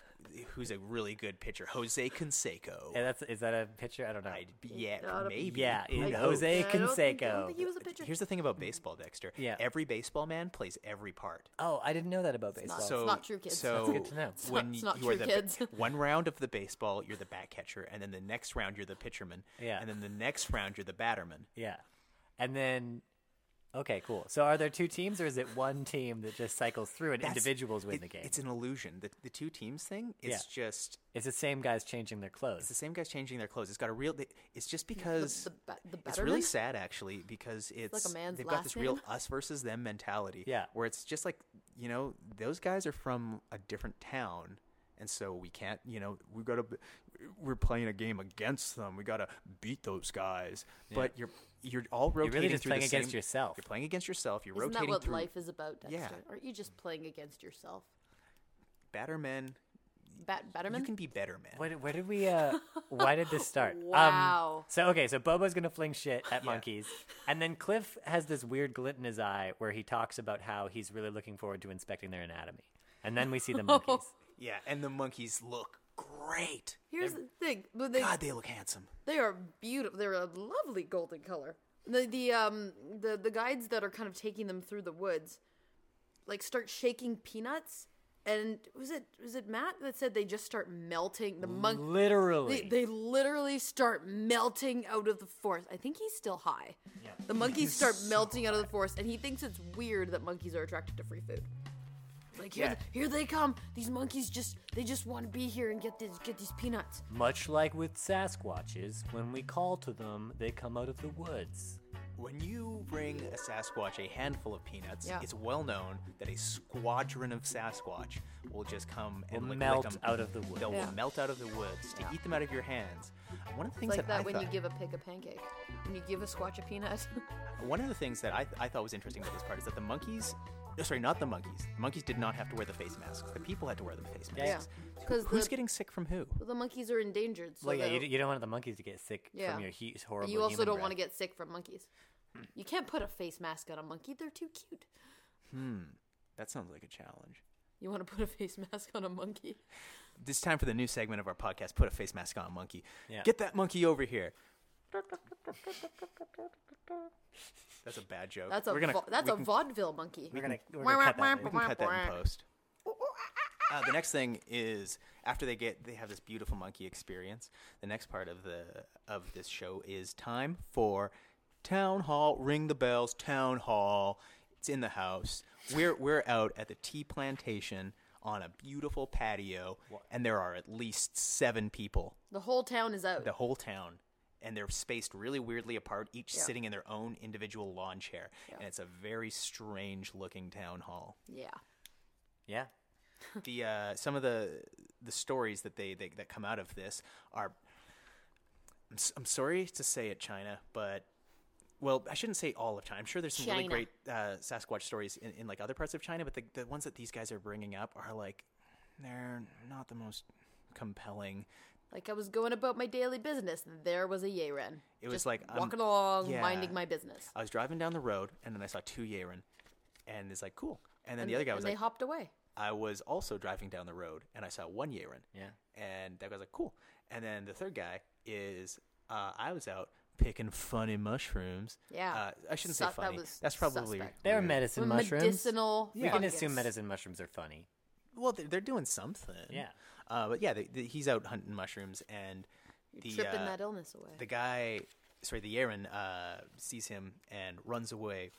[SPEAKER 3] who's a really good pitcher jose canseco
[SPEAKER 4] Yeah, that's is that a picture? I don't know.
[SPEAKER 3] I'd be- yeah
[SPEAKER 5] Not a-
[SPEAKER 3] maybe
[SPEAKER 4] yeah,
[SPEAKER 3] Who
[SPEAKER 4] in
[SPEAKER 3] knows?
[SPEAKER 4] Jose
[SPEAKER 5] I don't think- I don't
[SPEAKER 4] Canseco.
[SPEAKER 5] think he was a pitcher.
[SPEAKER 3] here's the thing about baseball dexter
[SPEAKER 4] Yeah.
[SPEAKER 3] every baseball man plays every part
[SPEAKER 4] Oh, I didn't know that about baseball.
[SPEAKER 5] It's
[SPEAKER 3] so
[SPEAKER 5] not true, kids.
[SPEAKER 3] so
[SPEAKER 4] That's good to know. It's
[SPEAKER 5] not-
[SPEAKER 3] when
[SPEAKER 5] it's
[SPEAKER 3] you-
[SPEAKER 5] not
[SPEAKER 3] you are
[SPEAKER 5] true,
[SPEAKER 3] the-
[SPEAKER 5] kids.
[SPEAKER 3] <laughs> one round of the baseball you're the bat catcher and then the next round you're the pitcherman
[SPEAKER 4] Yeah.
[SPEAKER 3] and then the next round you're the batterman
[SPEAKER 4] yeah, and then okay, cool. So are there two teams, or is it one team that just cycles through and
[SPEAKER 3] That's-
[SPEAKER 4] individuals win
[SPEAKER 3] it-
[SPEAKER 4] the game?
[SPEAKER 3] it's an illusion the, the two teams thing it's just
[SPEAKER 4] It's the same guys changing their
[SPEAKER 3] it's
[SPEAKER 4] clothes.
[SPEAKER 3] the same guys changing their clothes. It's got a real. It's just because
[SPEAKER 5] the ba- the
[SPEAKER 3] it's really
[SPEAKER 5] Batterman?
[SPEAKER 3] sad actually because it's,
[SPEAKER 5] a man's
[SPEAKER 3] they've got
[SPEAKER 5] last
[SPEAKER 3] this real
[SPEAKER 5] name.
[SPEAKER 3] us versus them mentality.
[SPEAKER 4] Yeah.
[SPEAKER 3] where it's just like you know those guys are from a different town. And so we can't, you know, we got to, we're playing a game against them. We got to beat those guys. But you're you're all rotating
[SPEAKER 4] really just
[SPEAKER 3] through the
[SPEAKER 4] playing against
[SPEAKER 3] same-
[SPEAKER 4] yourself.
[SPEAKER 3] You're playing against yourself. You're
[SPEAKER 5] Isn't that
[SPEAKER 3] rotating
[SPEAKER 5] what
[SPEAKER 3] through
[SPEAKER 5] life is about, Dexter?
[SPEAKER 3] Yeah.
[SPEAKER 5] Aren't you just playing against yourself?
[SPEAKER 3] better men.
[SPEAKER 5] Bat- Batterman?
[SPEAKER 3] You can be better men.
[SPEAKER 4] Where, did- where did we? Uh, why did this <laughs> start?
[SPEAKER 5] Wow.
[SPEAKER 4] Um, so okay, so Bobo's gonna fling shit at monkeys, and then Cliff has this weird glint in his eye where he talks about how he's really looking forward to inspecting their anatomy, and then we <laughs> see the monkeys.
[SPEAKER 3] Yeah, and the monkeys look great.
[SPEAKER 5] Here's the thing. When they,
[SPEAKER 3] God, they look handsome.
[SPEAKER 5] they are beautiful. They're a lovely golden color. The the um the the guides that are kind of taking them through the woods, like start shaking peanuts, and was it was it Matt that said they just start melting the monk
[SPEAKER 4] Literally.
[SPEAKER 5] they, they literally start melting out of the forest. I think he's still high. The monkeys start melting out of the forest, and he thinks it's weird that monkeys are attracted to free food. Like here,
[SPEAKER 3] Yeah.
[SPEAKER 5] here they come. These monkeys just they just want to be here and get these get these peanuts.
[SPEAKER 4] Much like with Sasquatches, when we call to them, they come out of the woods.
[SPEAKER 3] When you bring a Sasquatch a handful of peanuts,
[SPEAKER 5] Yeah.
[SPEAKER 3] it's well known that a squadron of Sasquatch will just come and
[SPEAKER 4] Will
[SPEAKER 3] lick- lick
[SPEAKER 4] melt
[SPEAKER 3] them.
[SPEAKER 4] out of the woods.
[SPEAKER 3] They'll
[SPEAKER 5] Yeah.
[SPEAKER 3] melt out of the woods to eat them out of your hands. One of the things
[SPEAKER 5] It's like
[SPEAKER 3] that,
[SPEAKER 5] that
[SPEAKER 3] I
[SPEAKER 5] when
[SPEAKER 3] thought,
[SPEAKER 5] you give a pig a pancake, when you give a squatch a peanut. <laughs>
[SPEAKER 3] One of the things that I, I thought was interesting about this part is that the monkeys, no, sorry, not the monkeys. The monkeys did not have to wear the face masks. The people had to wear the face
[SPEAKER 4] Yeah.
[SPEAKER 3] masks. Who-
[SPEAKER 5] 'Cause
[SPEAKER 3] Who's
[SPEAKER 5] the-
[SPEAKER 3] getting sick from who?
[SPEAKER 5] the monkeys are endangered. So
[SPEAKER 4] well, yeah, you,
[SPEAKER 5] they'll-
[SPEAKER 4] d- you don't want the monkeys to get sick
[SPEAKER 5] Yeah.
[SPEAKER 4] from your heat horrible.
[SPEAKER 5] you also
[SPEAKER 4] human
[SPEAKER 5] don't
[SPEAKER 4] breath.
[SPEAKER 5] want to get sick from monkeys. You can't put a face mask on a monkey. They're too cute.
[SPEAKER 3] That sounds like a challenge.
[SPEAKER 5] You want to put a face <laughs> mask on a monkey?
[SPEAKER 3] It's time for the new segment of our podcast. Put a face mask on a monkey.
[SPEAKER 4] Yeah.
[SPEAKER 3] Get that monkey over here. That's a bad joke.
[SPEAKER 5] That's a
[SPEAKER 3] We're gonna,
[SPEAKER 5] vo- that's
[SPEAKER 3] we
[SPEAKER 5] a
[SPEAKER 3] can-
[SPEAKER 5] vaudeville monkey.
[SPEAKER 4] We're gonna, we're gonna cut that.
[SPEAKER 3] we can cut that in post. Uh, the next thing is after they get they have this beautiful monkey experience. The next part of the of this show is time for town hall. Ring the bells. Town hall. It's in the house. We're we're out at the tea plantation on a beautiful patio, and there are at least seven people.
[SPEAKER 5] The whole town is out.
[SPEAKER 3] The whole town. And they're spaced really weirdly apart, each
[SPEAKER 5] Yeah.
[SPEAKER 3] sitting in their own individual lawn chair. And it's a very strange looking town hall.
[SPEAKER 5] Yeah.
[SPEAKER 4] Yeah.
[SPEAKER 3] <laughs> the uh, some of the the stories that they, they that come out of this are I'm, s- I'm sorry to say it China but well I shouldn't say all of China I'm sure there's some really
[SPEAKER 5] China.
[SPEAKER 3] great uh, Sasquatch stories in, in like other parts of China but the, the ones that these guys are bringing up are like they're not the most compelling
[SPEAKER 5] Like I was going about my daily business, and there was a Yeren.
[SPEAKER 3] It was
[SPEAKER 5] Just
[SPEAKER 3] like, um,
[SPEAKER 5] walking along,
[SPEAKER 3] yeah.
[SPEAKER 5] minding my business.
[SPEAKER 3] I was driving down the road and then I saw two Yeren and it's like cool and then the other guy
[SPEAKER 5] and
[SPEAKER 3] was
[SPEAKER 5] they
[SPEAKER 3] like
[SPEAKER 5] hopped away.
[SPEAKER 3] I was also driving down the road and I saw one Yeren.
[SPEAKER 4] Yeah.
[SPEAKER 3] And that guy's like, cool. And then the third guy is, uh, I was out picking funny mushrooms.
[SPEAKER 5] Yeah.
[SPEAKER 3] Uh, I shouldn't
[SPEAKER 5] Sus-
[SPEAKER 3] say
[SPEAKER 5] that
[SPEAKER 3] funny.
[SPEAKER 5] was
[SPEAKER 3] That's probably.
[SPEAKER 5] suspect.
[SPEAKER 4] They're
[SPEAKER 3] weird.
[SPEAKER 4] medicine mushrooms.
[SPEAKER 5] Medicinal.
[SPEAKER 4] We can
[SPEAKER 5] fungus.
[SPEAKER 4] assume medicine mushrooms are funny.
[SPEAKER 3] Well, they're, they're doing something.
[SPEAKER 4] Yeah.
[SPEAKER 3] Uh, but yeah, they, they, he's out hunting mushrooms and the,
[SPEAKER 5] Tripping
[SPEAKER 3] uh,
[SPEAKER 5] that illness away.
[SPEAKER 3] the guy, sorry, the Yeren uh, sees him and runs away,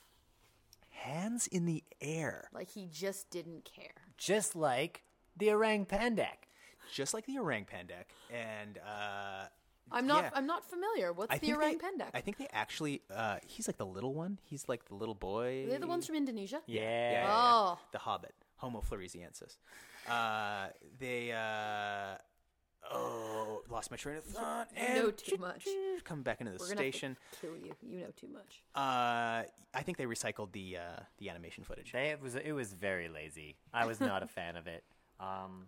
[SPEAKER 3] hands in the air,
[SPEAKER 5] like he just didn't care.
[SPEAKER 4] Just like the orang pandak.
[SPEAKER 3] just like the Orang Pandek. And. Uh,
[SPEAKER 5] I'm not.
[SPEAKER 3] Yeah.
[SPEAKER 5] I'm not familiar. What's the
[SPEAKER 3] think
[SPEAKER 5] orang
[SPEAKER 3] they-
[SPEAKER 5] pendak?
[SPEAKER 3] I think they actually. Uh, he's like the little one. He's like the little boy.
[SPEAKER 5] Are they the ones from Indonesia?
[SPEAKER 4] Yeah.
[SPEAKER 3] Yeah, yeah, yeah.
[SPEAKER 5] Oh.
[SPEAKER 3] The Hobbit, Homo floresiensis. Uh, they. Uh, oh, lost my train of thought. And
[SPEAKER 5] know too much.
[SPEAKER 3] Come back into the
[SPEAKER 5] We're gonna have to
[SPEAKER 3] station.
[SPEAKER 5] kill you. You know too much.
[SPEAKER 3] Uh, I think they recycled the uh, the animation footage.
[SPEAKER 4] They, it was it was very lazy. I was
[SPEAKER 5] <laughs>
[SPEAKER 4] not a fan of it. Um,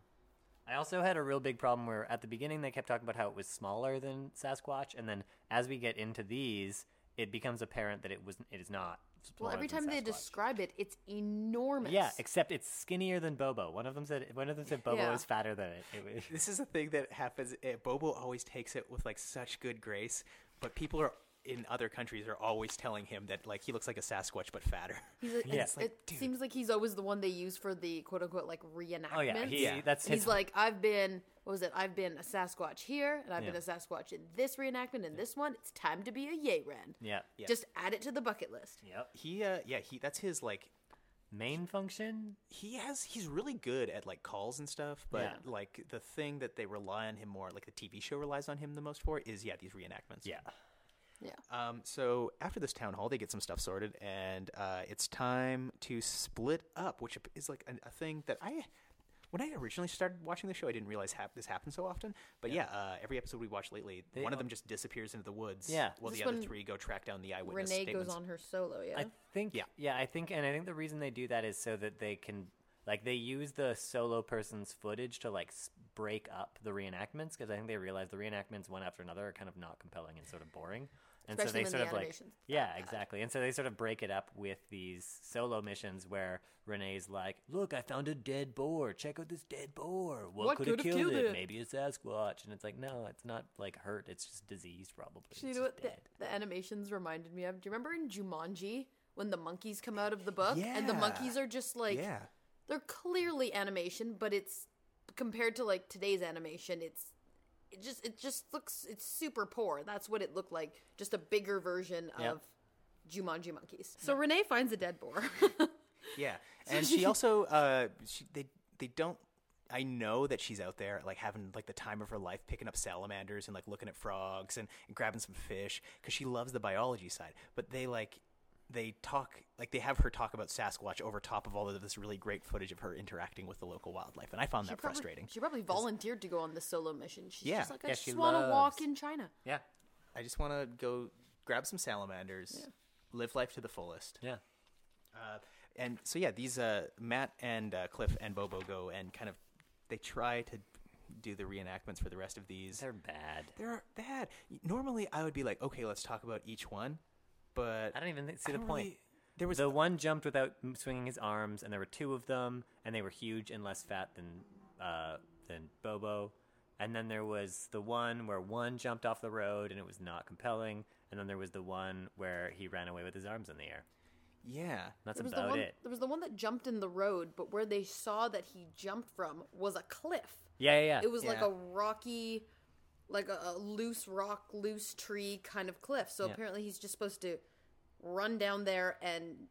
[SPEAKER 4] I also had a real big problem where at the beginning they kept talking about how it was smaller than Sasquatch, and then as we get into these, it becomes apparent that it was it is not.
[SPEAKER 5] Well,
[SPEAKER 4] smaller
[SPEAKER 5] every
[SPEAKER 4] than
[SPEAKER 5] time they
[SPEAKER 4] Sasquatch.
[SPEAKER 5] describe it, it's enormous.
[SPEAKER 4] Yeah, except it's skinnier than Bobo. One of them said one of them said Bobo
[SPEAKER 5] Yeah.
[SPEAKER 4] is fatter than it. it was,
[SPEAKER 3] This is a thing that happens. eh, Bobo always takes it with like such good grace, but people are in other countries are always telling him that like he looks like a Sasquatch but fatter. <laughs>
[SPEAKER 5] He's a,
[SPEAKER 4] Yeah.
[SPEAKER 5] it's-
[SPEAKER 4] It's like,
[SPEAKER 5] it seems like he's always the one they use for the quote unquote like reenactments.
[SPEAKER 4] oh yeah, he,
[SPEAKER 3] Yeah.
[SPEAKER 4] that's
[SPEAKER 5] And
[SPEAKER 4] his.
[SPEAKER 5] he's like, I've been, what was it? I've been a Sasquatch here, and I've been
[SPEAKER 4] Yeah.
[SPEAKER 5] a Squatch in this reenactment, and this one. It's time to be a Yeren.
[SPEAKER 4] yeah,
[SPEAKER 5] Just add it to the bucket list.
[SPEAKER 4] yep.
[SPEAKER 3] He, uh, yeah, he. That's his like
[SPEAKER 4] Main function.
[SPEAKER 3] he has he's really good at like calls and stuff but
[SPEAKER 4] Yeah.
[SPEAKER 3] like the thing that they rely on him more like the tv show relies on him the most for is yeah these reenactments
[SPEAKER 4] Yeah,
[SPEAKER 3] um so after this town hall they get some stuff sorted and uh it's time to split up which is like a, a thing that i when I originally started watching the show, I didn't realize hap- this happened so often. But yeah, uh, every episode we watch lately, one of them just disappears into the woods.
[SPEAKER 4] Yeah.
[SPEAKER 3] while
[SPEAKER 5] This
[SPEAKER 3] the other
[SPEAKER 5] one-
[SPEAKER 3] three go track down the eyewitness
[SPEAKER 5] Renee
[SPEAKER 3] statements.
[SPEAKER 5] goes on her solo, yeah?
[SPEAKER 4] I think
[SPEAKER 3] Yeah.
[SPEAKER 4] yeah. I think and I think the reason they do that is so that they can like they use the solo person's footage to like s- break up the reenactments because I think they realize the reenactments one after another are kind of not compelling and sort of boring. And
[SPEAKER 5] Especially
[SPEAKER 4] so they
[SPEAKER 5] when
[SPEAKER 4] sort
[SPEAKER 5] the
[SPEAKER 4] of like
[SPEAKER 5] animation's
[SPEAKER 4] yeah, exactly. And so they sort of break it up with these solo missions where Renee's like, "Look, I found a dead boar. Check out this dead boar. What, could have killed, it? Maybe a Sasquatch." And it's like, "No, it's not like hurt. It's just disease probably."
[SPEAKER 5] Do you
[SPEAKER 4] It's just
[SPEAKER 5] know what the,
[SPEAKER 4] dead."
[SPEAKER 5] the animations reminded me of? Do you remember in Jumanji when the monkeys come out of the book and the
[SPEAKER 3] Yeah.
[SPEAKER 5] monkeys are just like
[SPEAKER 3] yeah,
[SPEAKER 5] they're clearly animation, but it's compared to like today's animation, it's it just it just looks it's super poor. That's what it looked like, just a bigger version
[SPEAKER 4] Yep.
[SPEAKER 5] of Jumanji monkeys. So Renee finds a dead boar.
[SPEAKER 3] <laughs> Yeah, and she also uh, she, they they don't. I know that she's out there, like having like the time of her life, picking up salamanders and like looking at frogs and, and grabbing some fish because she loves the biology side. But they like they talk like they have her talk about Sasquatch over top of all of this really great footage of her interacting with the local wildlife, and I found that
[SPEAKER 5] probably-
[SPEAKER 3] frustrating.
[SPEAKER 5] She probably volunteered to go on the solo mission. She's
[SPEAKER 3] Yeah.
[SPEAKER 5] just like, I
[SPEAKER 4] Yeah, she
[SPEAKER 5] just want to walk
[SPEAKER 4] loves-
[SPEAKER 5] in China.
[SPEAKER 4] Yeah.
[SPEAKER 3] I just want to go grab some salamanders, live life to the fullest.
[SPEAKER 4] Yeah.
[SPEAKER 3] Uh, and so yeah, these uh, Matt and uh, Cliff and Bobo go and kind of they try to do the reenactments for the rest of these.
[SPEAKER 4] They're bad.
[SPEAKER 3] They're bad. Normally, I would be like, okay, let's talk about each one, but
[SPEAKER 4] I don't even think- see
[SPEAKER 3] I
[SPEAKER 4] the
[SPEAKER 3] don't
[SPEAKER 4] point.
[SPEAKER 3] really- there was
[SPEAKER 4] the one jumped without m- swinging his arms, and there were two of them, and they were huge and less fat than uh, than Bobo. And then there was the one where one jumped off the road, and it was not compelling. And then there was the one where he ran away with his arms in the air.
[SPEAKER 3] yeah,
[SPEAKER 4] That's
[SPEAKER 5] There was, the
[SPEAKER 4] about
[SPEAKER 5] one,
[SPEAKER 4] it.
[SPEAKER 5] there was the one that jumped in the road, but where they saw that he jumped from was a cliff.
[SPEAKER 4] Yeah, yeah, yeah.
[SPEAKER 5] It was like
[SPEAKER 3] Yeah.
[SPEAKER 5] a rocky, like a, a loose rock, loose tree kind of cliff. So apparently he's just supposed to run down there and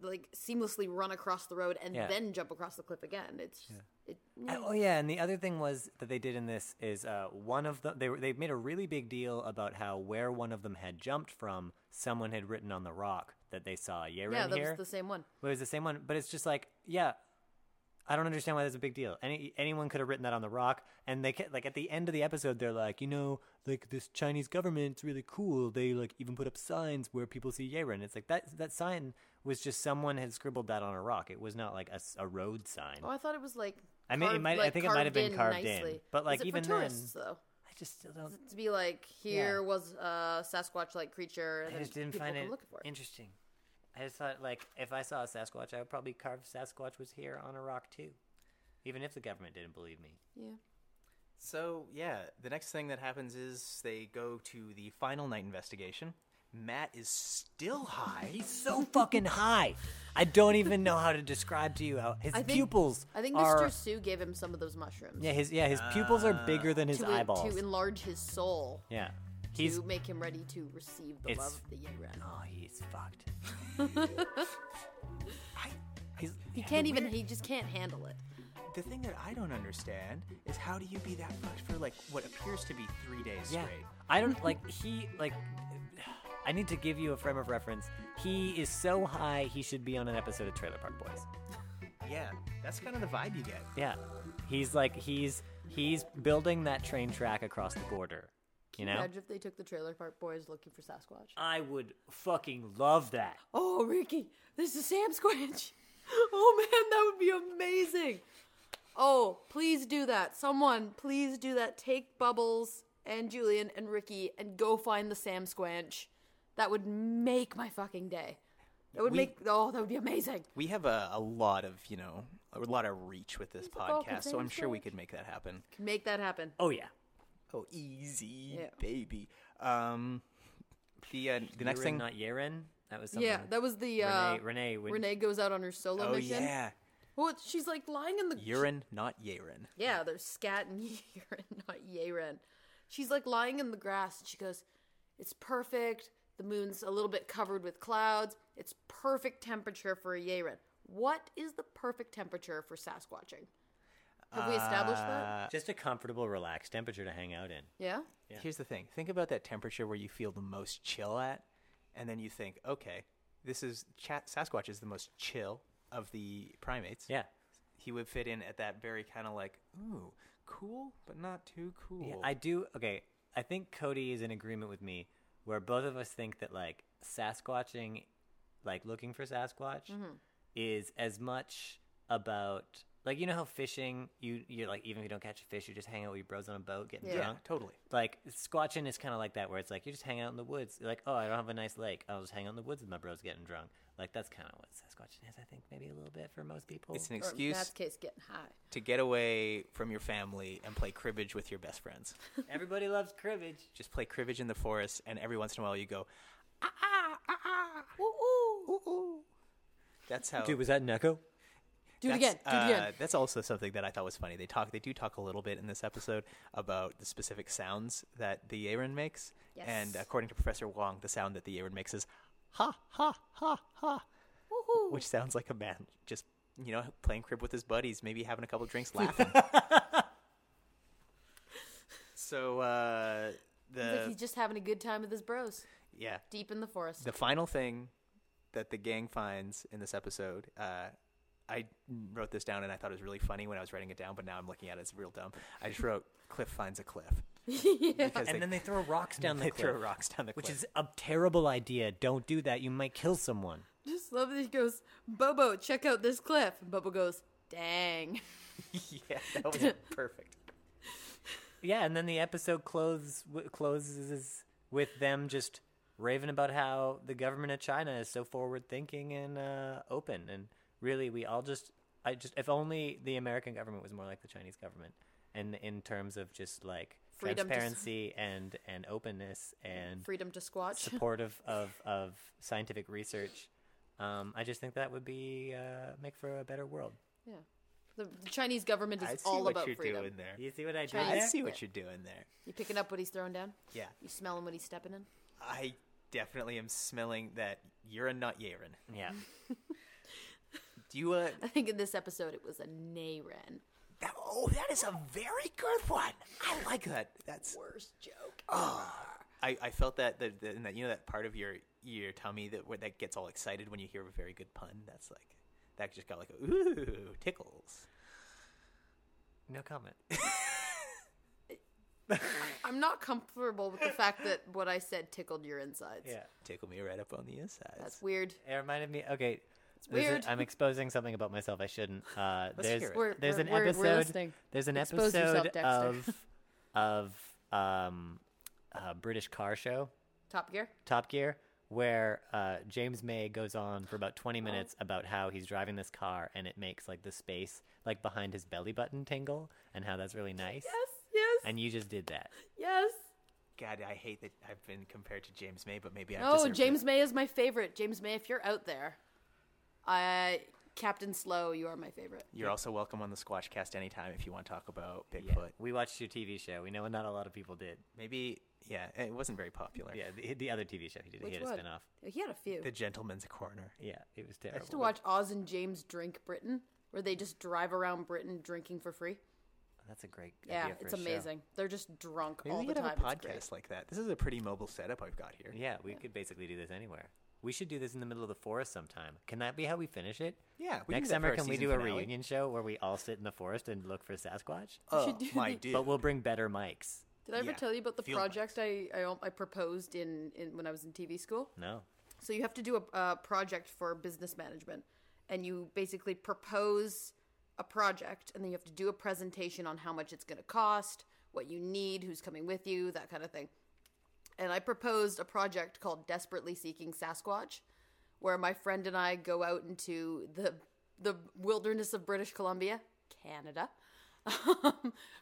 [SPEAKER 5] like seamlessly run across the road and
[SPEAKER 4] Yeah.
[SPEAKER 5] then jump across the cliff again. It's just, it,
[SPEAKER 4] And- Oh yeah, and the other thing was that they did in this is uh, one of them. They were, they made a really big deal about how where one of them had jumped from, someone had written on the rock that they saw Yeren
[SPEAKER 5] yeah, that
[SPEAKER 4] here.
[SPEAKER 5] was the same one.
[SPEAKER 4] Well, it was the same one, but it's just like, yeah, I don't understand why that's a big deal. Any anyone could have written that on the rock, and they ca like at the end of the episode, they're like, you know, like this Chinese government's really cool. They like even put up signs where people see Yeren. It's like that that sign was just someone had scribbled that on a rock. It was not like a, s- a road sign.
[SPEAKER 5] Oh, I thought it was like.
[SPEAKER 4] I mean, it
[SPEAKER 5] carved-
[SPEAKER 4] might- I
[SPEAKER 5] like,
[SPEAKER 4] think it might have been carved in,
[SPEAKER 5] nicely.
[SPEAKER 4] but,
[SPEAKER 5] Is
[SPEAKER 4] like,
[SPEAKER 5] it
[SPEAKER 4] even
[SPEAKER 5] for
[SPEAKER 4] then-
[SPEAKER 5] tourists, though.
[SPEAKER 4] I just still don't.
[SPEAKER 5] to be like here was a Sasquatch-like creature. And
[SPEAKER 4] I
[SPEAKER 5] then
[SPEAKER 4] just didn't
[SPEAKER 5] people
[SPEAKER 4] find
[SPEAKER 5] come
[SPEAKER 4] it
[SPEAKER 5] looking for it.
[SPEAKER 4] interesting. I just thought like if I saw a Sasquatch, I would probably carve Sasquatch was here on a rock too, even if the government didn't believe me.
[SPEAKER 5] Yeah.
[SPEAKER 3] So yeah, the next thing that happens is they go to the final night investigation. Matt is still high.
[SPEAKER 4] He's so fucking high. I don't even know how to describe to you how his
[SPEAKER 5] I think-
[SPEAKER 4] pupils
[SPEAKER 5] I think
[SPEAKER 4] are.
[SPEAKER 5] Mr. Sue gave him some of those mushrooms.
[SPEAKER 4] Yeah, his yeah his pupils are bigger than his
[SPEAKER 5] Uh, to,
[SPEAKER 4] eyeballs.
[SPEAKER 5] to enlarge his soul.
[SPEAKER 4] yeah, he's
[SPEAKER 5] to make him ready to receive the
[SPEAKER 4] It's-
[SPEAKER 5] love of the Yeren.
[SPEAKER 4] oh he's fucked.
[SPEAKER 3] He's,
[SPEAKER 5] He can't even. He just can't handle it.
[SPEAKER 3] The thing that I don't understand is how do you be that much for like what appears to be three days
[SPEAKER 4] Yeah,
[SPEAKER 3] straight?
[SPEAKER 4] I don't like he like. I need to give you a frame of reference. He is so high he should be on an episode of Trailer Park Boys.
[SPEAKER 3] Yeah, that's kind of the vibe you get.
[SPEAKER 4] Yeah, he's like he's he's building that train track across the border. You know,
[SPEAKER 5] Imagine if they took the Trailer Park Boys looking for Sasquatch.
[SPEAKER 4] I would fucking love that.
[SPEAKER 5] Oh, Ricky, this is Sam Squatch. <laughs> Oh man, that would be amazing. Oh, please do that. Someone, please do that. Take Bubbles and Julian and Ricky and go find the Sam Squanch. That would make my fucking day. That would
[SPEAKER 3] We-
[SPEAKER 5] make oh, that would be amazing.
[SPEAKER 3] We have a, a lot of, you know, a lot of reach with this
[SPEAKER 5] Vulcan
[SPEAKER 3] podcast, so I'm
[SPEAKER 5] thing,
[SPEAKER 3] sure we
[SPEAKER 5] Jack.
[SPEAKER 3] could make that happen.
[SPEAKER 5] Can make that happen.
[SPEAKER 4] Oh yeah,
[SPEAKER 3] Oh, easy,
[SPEAKER 5] Yeah.
[SPEAKER 3] baby. Um, the uh, the next
[SPEAKER 4] Yeren,
[SPEAKER 3] thing.
[SPEAKER 4] not Yeren. That was something.
[SPEAKER 5] Yeah, that was the uh,
[SPEAKER 4] Renee- Renee would-
[SPEAKER 5] Renee goes out on her solo
[SPEAKER 3] oh
[SPEAKER 5] mission.
[SPEAKER 3] yeah,
[SPEAKER 5] Well, it's- she's like lying in the
[SPEAKER 3] urine, not urine.
[SPEAKER 5] Yeah, there's scat and <laughs> urine, not urine. She's like lying in the grass and she goes, It's perfect. The moon's a little bit covered with clouds. It's perfect temperature for a urine. What is the perfect temperature for Sasquatching? Have we established
[SPEAKER 3] Uh,
[SPEAKER 5] that?
[SPEAKER 4] just a comfortable, relaxed temperature to hang out in.
[SPEAKER 5] Yeah?
[SPEAKER 3] Here's the thing. Think about that temperature where you feel the most chill at, and then you think, okay, this is chat Sasquatch is the most chill of the primates.
[SPEAKER 4] Yeah.
[SPEAKER 3] He would fit in at that very kind of like, ooh, cool, but not too cool.
[SPEAKER 4] Yeah, I do. Okay, I think Cody is in agreement with me, where both of us think that like Sasquatching, like looking for Sasquatch,
[SPEAKER 5] Mm-hmm.
[SPEAKER 4] is as much about like you know how fishing you you're like even if you don't catch a fish, you just hang out with your bros on a boat getting
[SPEAKER 5] Yeah.
[SPEAKER 3] yeah,
[SPEAKER 4] drunk.
[SPEAKER 3] totally.
[SPEAKER 4] Like squatching is kind of like that, where it's like you just hang out in the woods. You're like, oh, I don't have a nice lake. I'll just hang out in the woods with my bros getting drunk. Like that's kind of what Sasquatching is, I think, maybe a little bit for most people.
[SPEAKER 3] It's an
[SPEAKER 5] Or in
[SPEAKER 3] excuse
[SPEAKER 5] that case, getting high.
[SPEAKER 3] to get away from your family and play cribbage with your best friends.
[SPEAKER 4] <laughs>
[SPEAKER 3] <laughs>
[SPEAKER 4] Everybody loves cribbage.
[SPEAKER 3] Just play cribbage in the forest, and every once in a while you go, ah, ah, ah, ah, ooh, ooh, ooh, ooh. That's how.
[SPEAKER 4] Dude, was that an echo?
[SPEAKER 5] Do it again. Do it
[SPEAKER 3] uh,
[SPEAKER 5] again.
[SPEAKER 3] That's also something that I thought was funny. They talk. They do talk a little bit in this episode about the specific sounds that the Aaron makes. And
[SPEAKER 5] Yes.
[SPEAKER 3] according to Professor Wong, the sound that the Aaron makes is ha ha ha ha,
[SPEAKER 5] Woohoo.
[SPEAKER 3] which sounds like a man just you know playing crib with his buddies, maybe having a couple drinks,
[SPEAKER 5] <laughs>
[SPEAKER 3] laughing. so uh,
[SPEAKER 5] It's like
[SPEAKER 3] the
[SPEAKER 5] he's just having a good time with his bros
[SPEAKER 3] yeah
[SPEAKER 5] deep in the forest.
[SPEAKER 3] the final thing that the gang finds in this episode uh, i wrote this down and i thought it was really funny when i was writing it down but now i'm looking at it it's real dumb i just wrote cliff finds a cliff because
[SPEAKER 4] And
[SPEAKER 3] they,
[SPEAKER 4] then they throw
[SPEAKER 3] <laughs>
[SPEAKER 4] rocks down the
[SPEAKER 3] they
[SPEAKER 4] cliff,
[SPEAKER 3] throw rocks down the
[SPEAKER 4] which
[SPEAKER 3] cliff
[SPEAKER 4] is a terrible idea. Don't do that. You might kill someone.
[SPEAKER 5] <laughs> Just love that he goes, Bobo, check out this cliff. And Bobo goes, dang.
[SPEAKER 3] <laughs> yeah that was perfect
[SPEAKER 4] Yeah, and then the episode closes w- closes with them just raving about how the government of China is so forward thinking and uh, open, and really we all just I just if only the American government was more like the Chinese government, and in terms of just like
[SPEAKER 5] Freedom to s-
[SPEAKER 4] transparency and and openness and
[SPEAKER 5] <laughs> Freedom to squatch.
[SPEAKER 4] supportive of of scientific research. Um, I just think that would be uh, make for a better world.
[SPEAKER 5] Yeah. The, the Chinese government
[SPEAKER 3] i
[SPEAKER 5] is
[SPEAKER 3] see
[SPEAKER 5] all
[SPEAKER 3] what
[SPEAKER 5] about
[SPEAKER 3] you're
[SPEAKER 5] freedom.
[SPEAKER 3] doing there
[SPEAKER 4] You see what I did
[SPEAKER 5] Chinese-
[SPEAKER 3] i
[SPEAKER 4] there?
[SPEAKER 3] see what
[SPEAKER 5] Yeah.
[SPEAKER 3] you're doing there
[SPEAKER 5] You picking up what he's throwing down?
[SPEAKER 3] yeah
[SPEAKER 5] You smelling what he's stepping in? <laughs>
[SPEAKER 3] i definitely am smelling that you're a nut Yaren.
[SPEAKER 4] Yeah.
[SPEAKER 3] do you uh
[SPEAKER 5] I think in this episode it was a Naren.
[SPEAKER 3] that, oh that is a very good one i like that that's
[SPEAKER 5] Worst joke.
[SPEAKER 3] I, I felt that that that- and that you know that part of your your tummy that where that gets all excited when you hear a very good pun. That's like that just got like a, ooh tickles.
[SPEAKER 4] No
[SPEAKER 5] <laughs>
[SPEAKER 4] comment.
[SPEAKER 5] I'm not comfortable with the fact that what I said tickled your insides.
[SPEAKER 4] Yeah.
[SPEAKER 3] Tickle me right up on the inside.
[SPEAKER 5] That's weird.
[SPEAKER 4] It reminded me. Okay, this is-
[SPEAKER 5] weird.
[SPEAKER 4] I'm exposing something about myself
[SPEAKER 3] <laughs>
[SPEAKER 4] I shouldn't. Uh, there's
[SPEAKER 3] hear it.
[SPEAKER 5] We're-
[SPEAKER 4] there's
[SPEAKER 5] we're-
[SPEAKER 4] an
[SPEAKER 5] we're- we're
[SPEAKER 4] episode.
[SPEAKER 5] listening.
[SPEAKER 4] there's an
[SPEAKER 5] Expose yourself,
[SPEAKER 4] episode
[SPEAKER 5] Dexter.
[SPEAKER 4] of of um, uh, British car show
[SPEAKER 5] Top Gear?
[SPEAKER 4] Top Gear where uh, James May goes on for about
[SPEAKER 5] Oh.
[SPEAKER 4] 20 minutes about how he's driving this car and it makes like the space like behind his belly button tingle and how that's really nice.
[SPEAKER 5] Yes, yes,
[SPEAKER 4] And you just did that.
[SPEAKER 5] yes.
[SPEAKER 3] God, I hate that I've been compared to James May, but maybe I
[SPEAKER 5] Oh,
[SPEAKER 3] deserved
[SPEAKER 5] James
[SPEAKER 3] it.
[SPEAKER 5] May is my favorite. James May, if you're out there, I Captain Slow, you are my favorite.
[SPEAKER 3] You're also welcome on the Squashcast anytime if you want to talk about Bigfoot.
[SPEAKER 4] We watched your TV show. We know not a lot of people did.
[SPEAKER 3] Maybe yeah, it wasn't very popular.
[SPEAKER 4] Yeah, the, the other TV show he did.
[SPEAKER 5] Which
[SPEAKER 4] he had
[SPEAKER 5] one?
[SPEAKER 4] a spinoff.
[SPEAKER 5] He had a few.
[SPEAKER 3] The Gentleman's Corner.
[SPEAKER 4] Yeah, it was
[SPEAKER 5] I used to
[SPEAKER 4] terrible.
[SPEAKER 5] watch Oz and James drink Britain, where they just drive around Britain drinking for free.
[SPEAKER 4] That's a great
[SPEAKER 5] Yeah,
[SPEAKER 4] idea for
[SPEAKER 5] it's
[SPEAKER 4] a show.
[SPEAKER 5] amazing. They're just drunk
[SPEAKER 3] Maybe
[SPEAKER 5] all
[SPEAKER 3] we
[SPEAKER 5] the
[SPEAKER 3] could
[SPEAKER 5] time.
[SPEAKER 3] have a
[SPEAKER 5] It's great.
[SPEAKER 3] podcast like that. This is a pretty mobile setup I've got here.
[SPEAKER 4] Yeah, we could basically do this anywhere. We should do this in the middle of the forest sometime. Can that be how we finish it?
[SPEAKER 3] Yeah, we can do
[SPEAKER 4] Next
[SPEAKER 3] that for
[SPEAKER 4] summer,
[SPEAKER 3] our
[SPEAKER 4] can we
[SPEAKER 3] season
[SPEAKER 4] do a
[SPEAKER 3] finale.
[SPEAKER 4] reunion show where we all sit in the forest and look for Sasquatch?
[SPEAKER 3] Oh my dude.
[SPEAKER 4] But we'll bring better mics.
[SPEAKER 5] Did I ever
[SPEAKER 3] Yeah,
[SPEAKER 5] tell you about the
[SPEAKER 3] field
[SPEAKER 5] project I, I I proposed in, in when I was in TV school?
[SPEAKER 4] No.
[SPEAKER 5] So you have to do a, a project for business management, and you basically propose a project, and then you have to do a presentation on how much it's going to cost, what you need, who's coming with you, that kind of thing. And I proposed a project called Desperately Seeking Sasquatch, where my friend and I go out into the the wilderness of British Columbia, Canada. <laughs>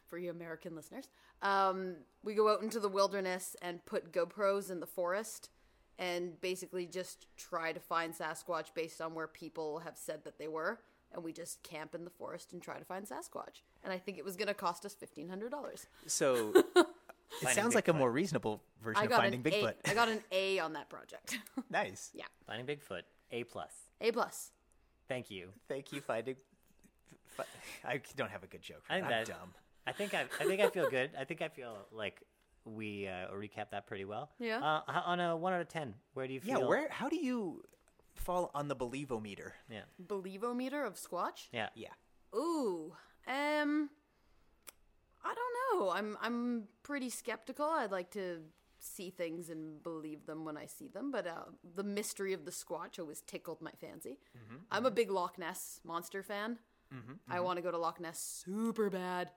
[SPEAKER 5] for you American listeners, um, we go out into the wilderness and put GoPros in the forest and basically just try to find Sasquatch based on where people have said that they were. And we just camp in the forest and try to find Sasquatch. And I think it was going to cost us fifteen hundred dollars. <laughs>
[SPEAKER 3] So it sounds like a more reasonable version
[SPEAKER 5] I
[SPEAKER 3] of
[SPEAKER 5] got
[SPEAKER 3] Finding
[SPEAKER 5] an
[SPEAKER 3] Bigfoot.
[SPEAKER 5] A. I got an A on that project.
[SPEAKER 3] <laughs>
[SPEAKER 5] <laughs>
[SPEAKER 3] nice.
[SPEAKER 5] yeah,
[SPEAKER 4] Finding Bigfoot, A plus.
[SPEAKER 5] A plus.
[SPEAKER 4] Thank you.
[SPEAKER 3] Thank you, Finding. Fi- I don't have a good joke.
[SPEAKER 4] I
[SPEAKER 3] I'm
[SPEAKER 4] think that-
[SPEAKER 3] dumb.
[SPEAKER 4] I think I, I think I feel good. I think I feel like we uh, recapped that pretty well.
[SPEAKER 5] Yeah.
[SPEAKER 4] Uh, h- on a one out of ten, where do you
[SPEAKER 3] Yeah,
[SPEAKER 4] feel?
[SPEAKER 3] where? How do you fall on the believometer?
[SPEAKER 4] Yeah.
[SPEAKER 5] Believometer of Squatch.
[SPEAKER 4] Yeah.
[SPEAKER 3] Yeah,
[SPEAKER 5] Ooh, um, I don't know. I'm I'm pretty skeptical. I'd like to see things and believe them when I see them, but uh, the mystery of the Squatch always tickled my fancy.
[SPEAKER 3] Mm-hmm,
[SPEAKER 5] I'm a big Loch Ness monster fan. I want to go to Loch Ness super bad.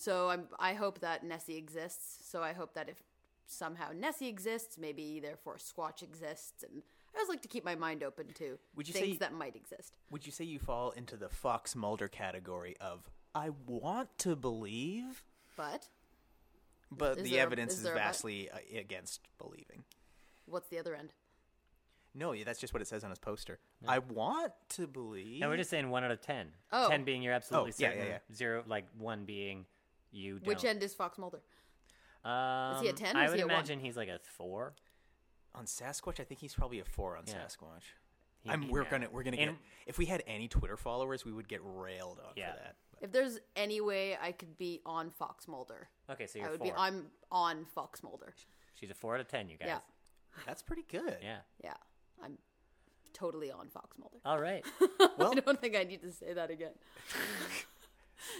[SPEAKER 5] So I'm I hope that Nessie exists. So I hope that if somehow Nessie exists, maybe therefore Squatch exists. And I always like to keep my mind open to
[SPEAKER 3] Would you
[SPEAKER 5] things
[SPEAKER 3] say-
[SPEAKER 5] that might exist.
[SPEAKER 3] would you say you fall into the Fox Mulder category of I want to believe,
[SPEAKER 5] But
[SPEAKER 3] but
[SPEAKER 5] Is
[SPEAKER 3] the
[SPEAKER 5] there a-
[SPEAKER 3] evidence
[SPEAKER 5] is
[SPEAKER 3] is,
[SPEAKER 5] there a but?
[SPEAKER 3] vastly uh, against believing?
[SPEAKER 5] what's the other end?
[SPEAKER 3] No, yeah, that's just what it says on his poster. I want to believe.
[SPEAKER 4] No, we're just saying one out of ten.
[SPEAKER 5] Oh.
[SPEAKER 4] Ten being you're absolutely
[SPEAKER 3] yeah, yeah,
[SPEAKER 4] certain.
[SPEAKER 3] yeah.
[SPEAKER 4] Zero, like one being you.
[SPEAKER 5] Which
[SPEAKER 4] don't.
[SPEAKER 5] end is Fox Mulder?
[SPEAKER 4] Um,
[SPEAKER 5] he a 10 or
[SPEAKER 4] I
[SPEAKER 5] is
[SPEAKER 4] would
[SPEAKER 5] he a one?
[SPEAKER 4] imagine he's like a four.
[SPEAKER 3] on Sasquatch, I think he's probably a four on
[SPEAKER 4] Yeah.
[SPEAKER 3] Sasquatch.
[SPEAKER 4] He-
[SPEAKER 3] I'm,
[SPEAKER 4] he-
[SPEAKER 3] we're
[SPEAKER 4] yeah.
[SPEAKER 3] gonna we're gonna get
[SPEAKER 4] And-
[SPEAKER 3] if we had any Twitter followers, we would get railed on
[SPEAKER 4] Yeah.
[SPEAKER 3] for that. But
[SPEAKER 5] If there's any way I could be on Fox Mulder,
[SPEAKER 4] Okay, so
[SPEAKER 5] I
[SPEAKER 4] you're
[SPEAKER 5] would
[SPEAKER 4] four.
[SPEAKER 5] be. I'm on Fox Mulder.
[SPEAKER 4] She's a four out of ten, you guys.
[SPEAKER 5] Yeah.
[SPEAKER 3] that's pretty good.
[SPEAKER 4] Yeah.
[SPEAKER 5] Yeah, I'm totally on Fox Mulder.
[SPEAKER 4] All
[SPEAKER 5] <laughs>
[SPEAKER 4] right.
[SPEAKER 3] Well,
[SPEAKER 5] I don't think I need to say
[SPEAKER 4] <laughs>
[SPEAKER 5] that again.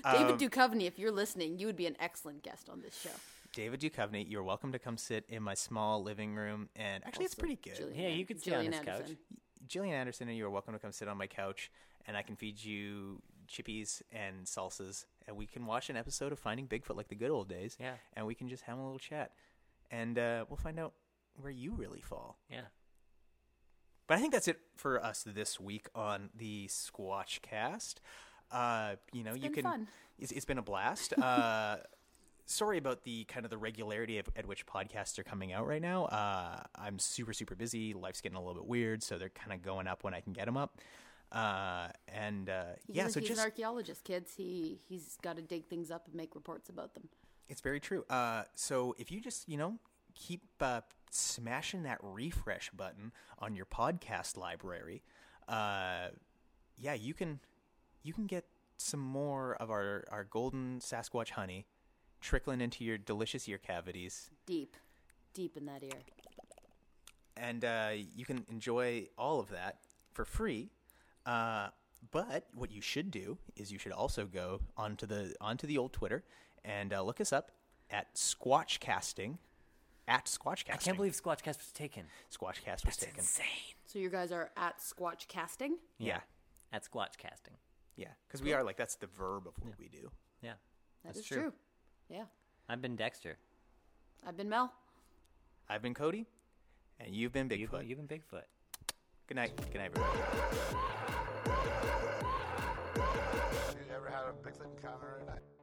[SPEAKER 5] David
[SPEAKER 4] Um,
[SPEAKER 5] Duchovny, if you're listening, you would be an excellent guest on this show.
[SPEAKER 3] David Duchovny, you're welcome to come sit in my small living room. And actually, it's
[SPEAKER 5] Also,
[SPEAKER 3] pretty good.
[SPEAKER 5] Gillian
[SPEAKER 4] Yeah, you
[SPEAKER 5] An-
[SPEAKER 4] could sit on
[SPEAKER 5] Gillian
[SPEAKER 4] his couch.
[SPEAKER 5] Anderson.
[SPEAKER 3] Jillian Anderson, and you are welcome to come sit on my couch, and I can feed you chippies and salsas, and we can watch an episode of Finding Bigfoot like the good old days.
[SPEAKER 4] Yeah.
[SPEAKER 3] And we can just have a little chat, and uh, we'll find out where you really fall.
[SPEAKER 4] Yeah.
[SPEAKER 3] But I think that's it for us this week on the Squatch Cast. Uh, you know, you
[SPEAKER 5] been
[SPEAKER 3] can.
[SPEAKER 5] fun.
[SPEAKER 3] It's, it's been a blast. Uh, sorry about the kind of the regularity of, at which podcasts are coming out right now. Uh, I'm super super busy. Life's getting a little bit weird, so they're kind of going up when I can get them up. Uh, and uh,
[SPEAKER 5] He's,
[SPEAKER 3] yeah,
[SPEAKER 5] a-
[SPEAKER 3] so
[SPEAKER 5] he's
[SPEAKER 3] just
[SPEAKER 5] an archaeologist, kids. He he's got to dig things up and make reports about them.
[SPEAKER 3] It's very true. Uh, so if you just, you know, keep uh, smashing that refresh button on your podcast library, uh, yeah, you can you can get some more of our our golden Sasquatch honey trickling into your delicious ear cavities,
[SPEAKER 5] Deep, deep in that ear.
[SPEAKER 3] and uh, you can enjoy all of that for free. Uh, but what you should do is you should also go onto the onto the old Twitter and uh, look us up at Squatchcasting. At Squatchcasting.
[SPEAKER 4] I can't believe Squatchcast was taken.
[SPEAKER 3] Squatchcast was taken.
[SPEAKER 4] Insane.
[SPEAKER 5] So you guys are at Squatch Casting.
[SPEAKER 3] Yeah,
[SPEAKER 4] At Squatchcasting.
[SPEAKER 3] yeah, because we are like that's the verb of what we do.
[SPEAKER 4] Yeah.
[SPEAKER 5] That's
[SPEAKER 4] That's true.
[SPEAKER 5] true. Yeah,
[SPEAKER 4] I've been Dexter.
[SPEAKER 5] I've been Mel.
[SPEAKER 3] I've been Cody, and you've been Bigfoot.
[SPEAKER 4] You've been, you've been Bigfoot.
[SPEAKER 3] Good night. Good night, everybody.
[SPEAKER 2] You ever had a Bigfoot encounter at night?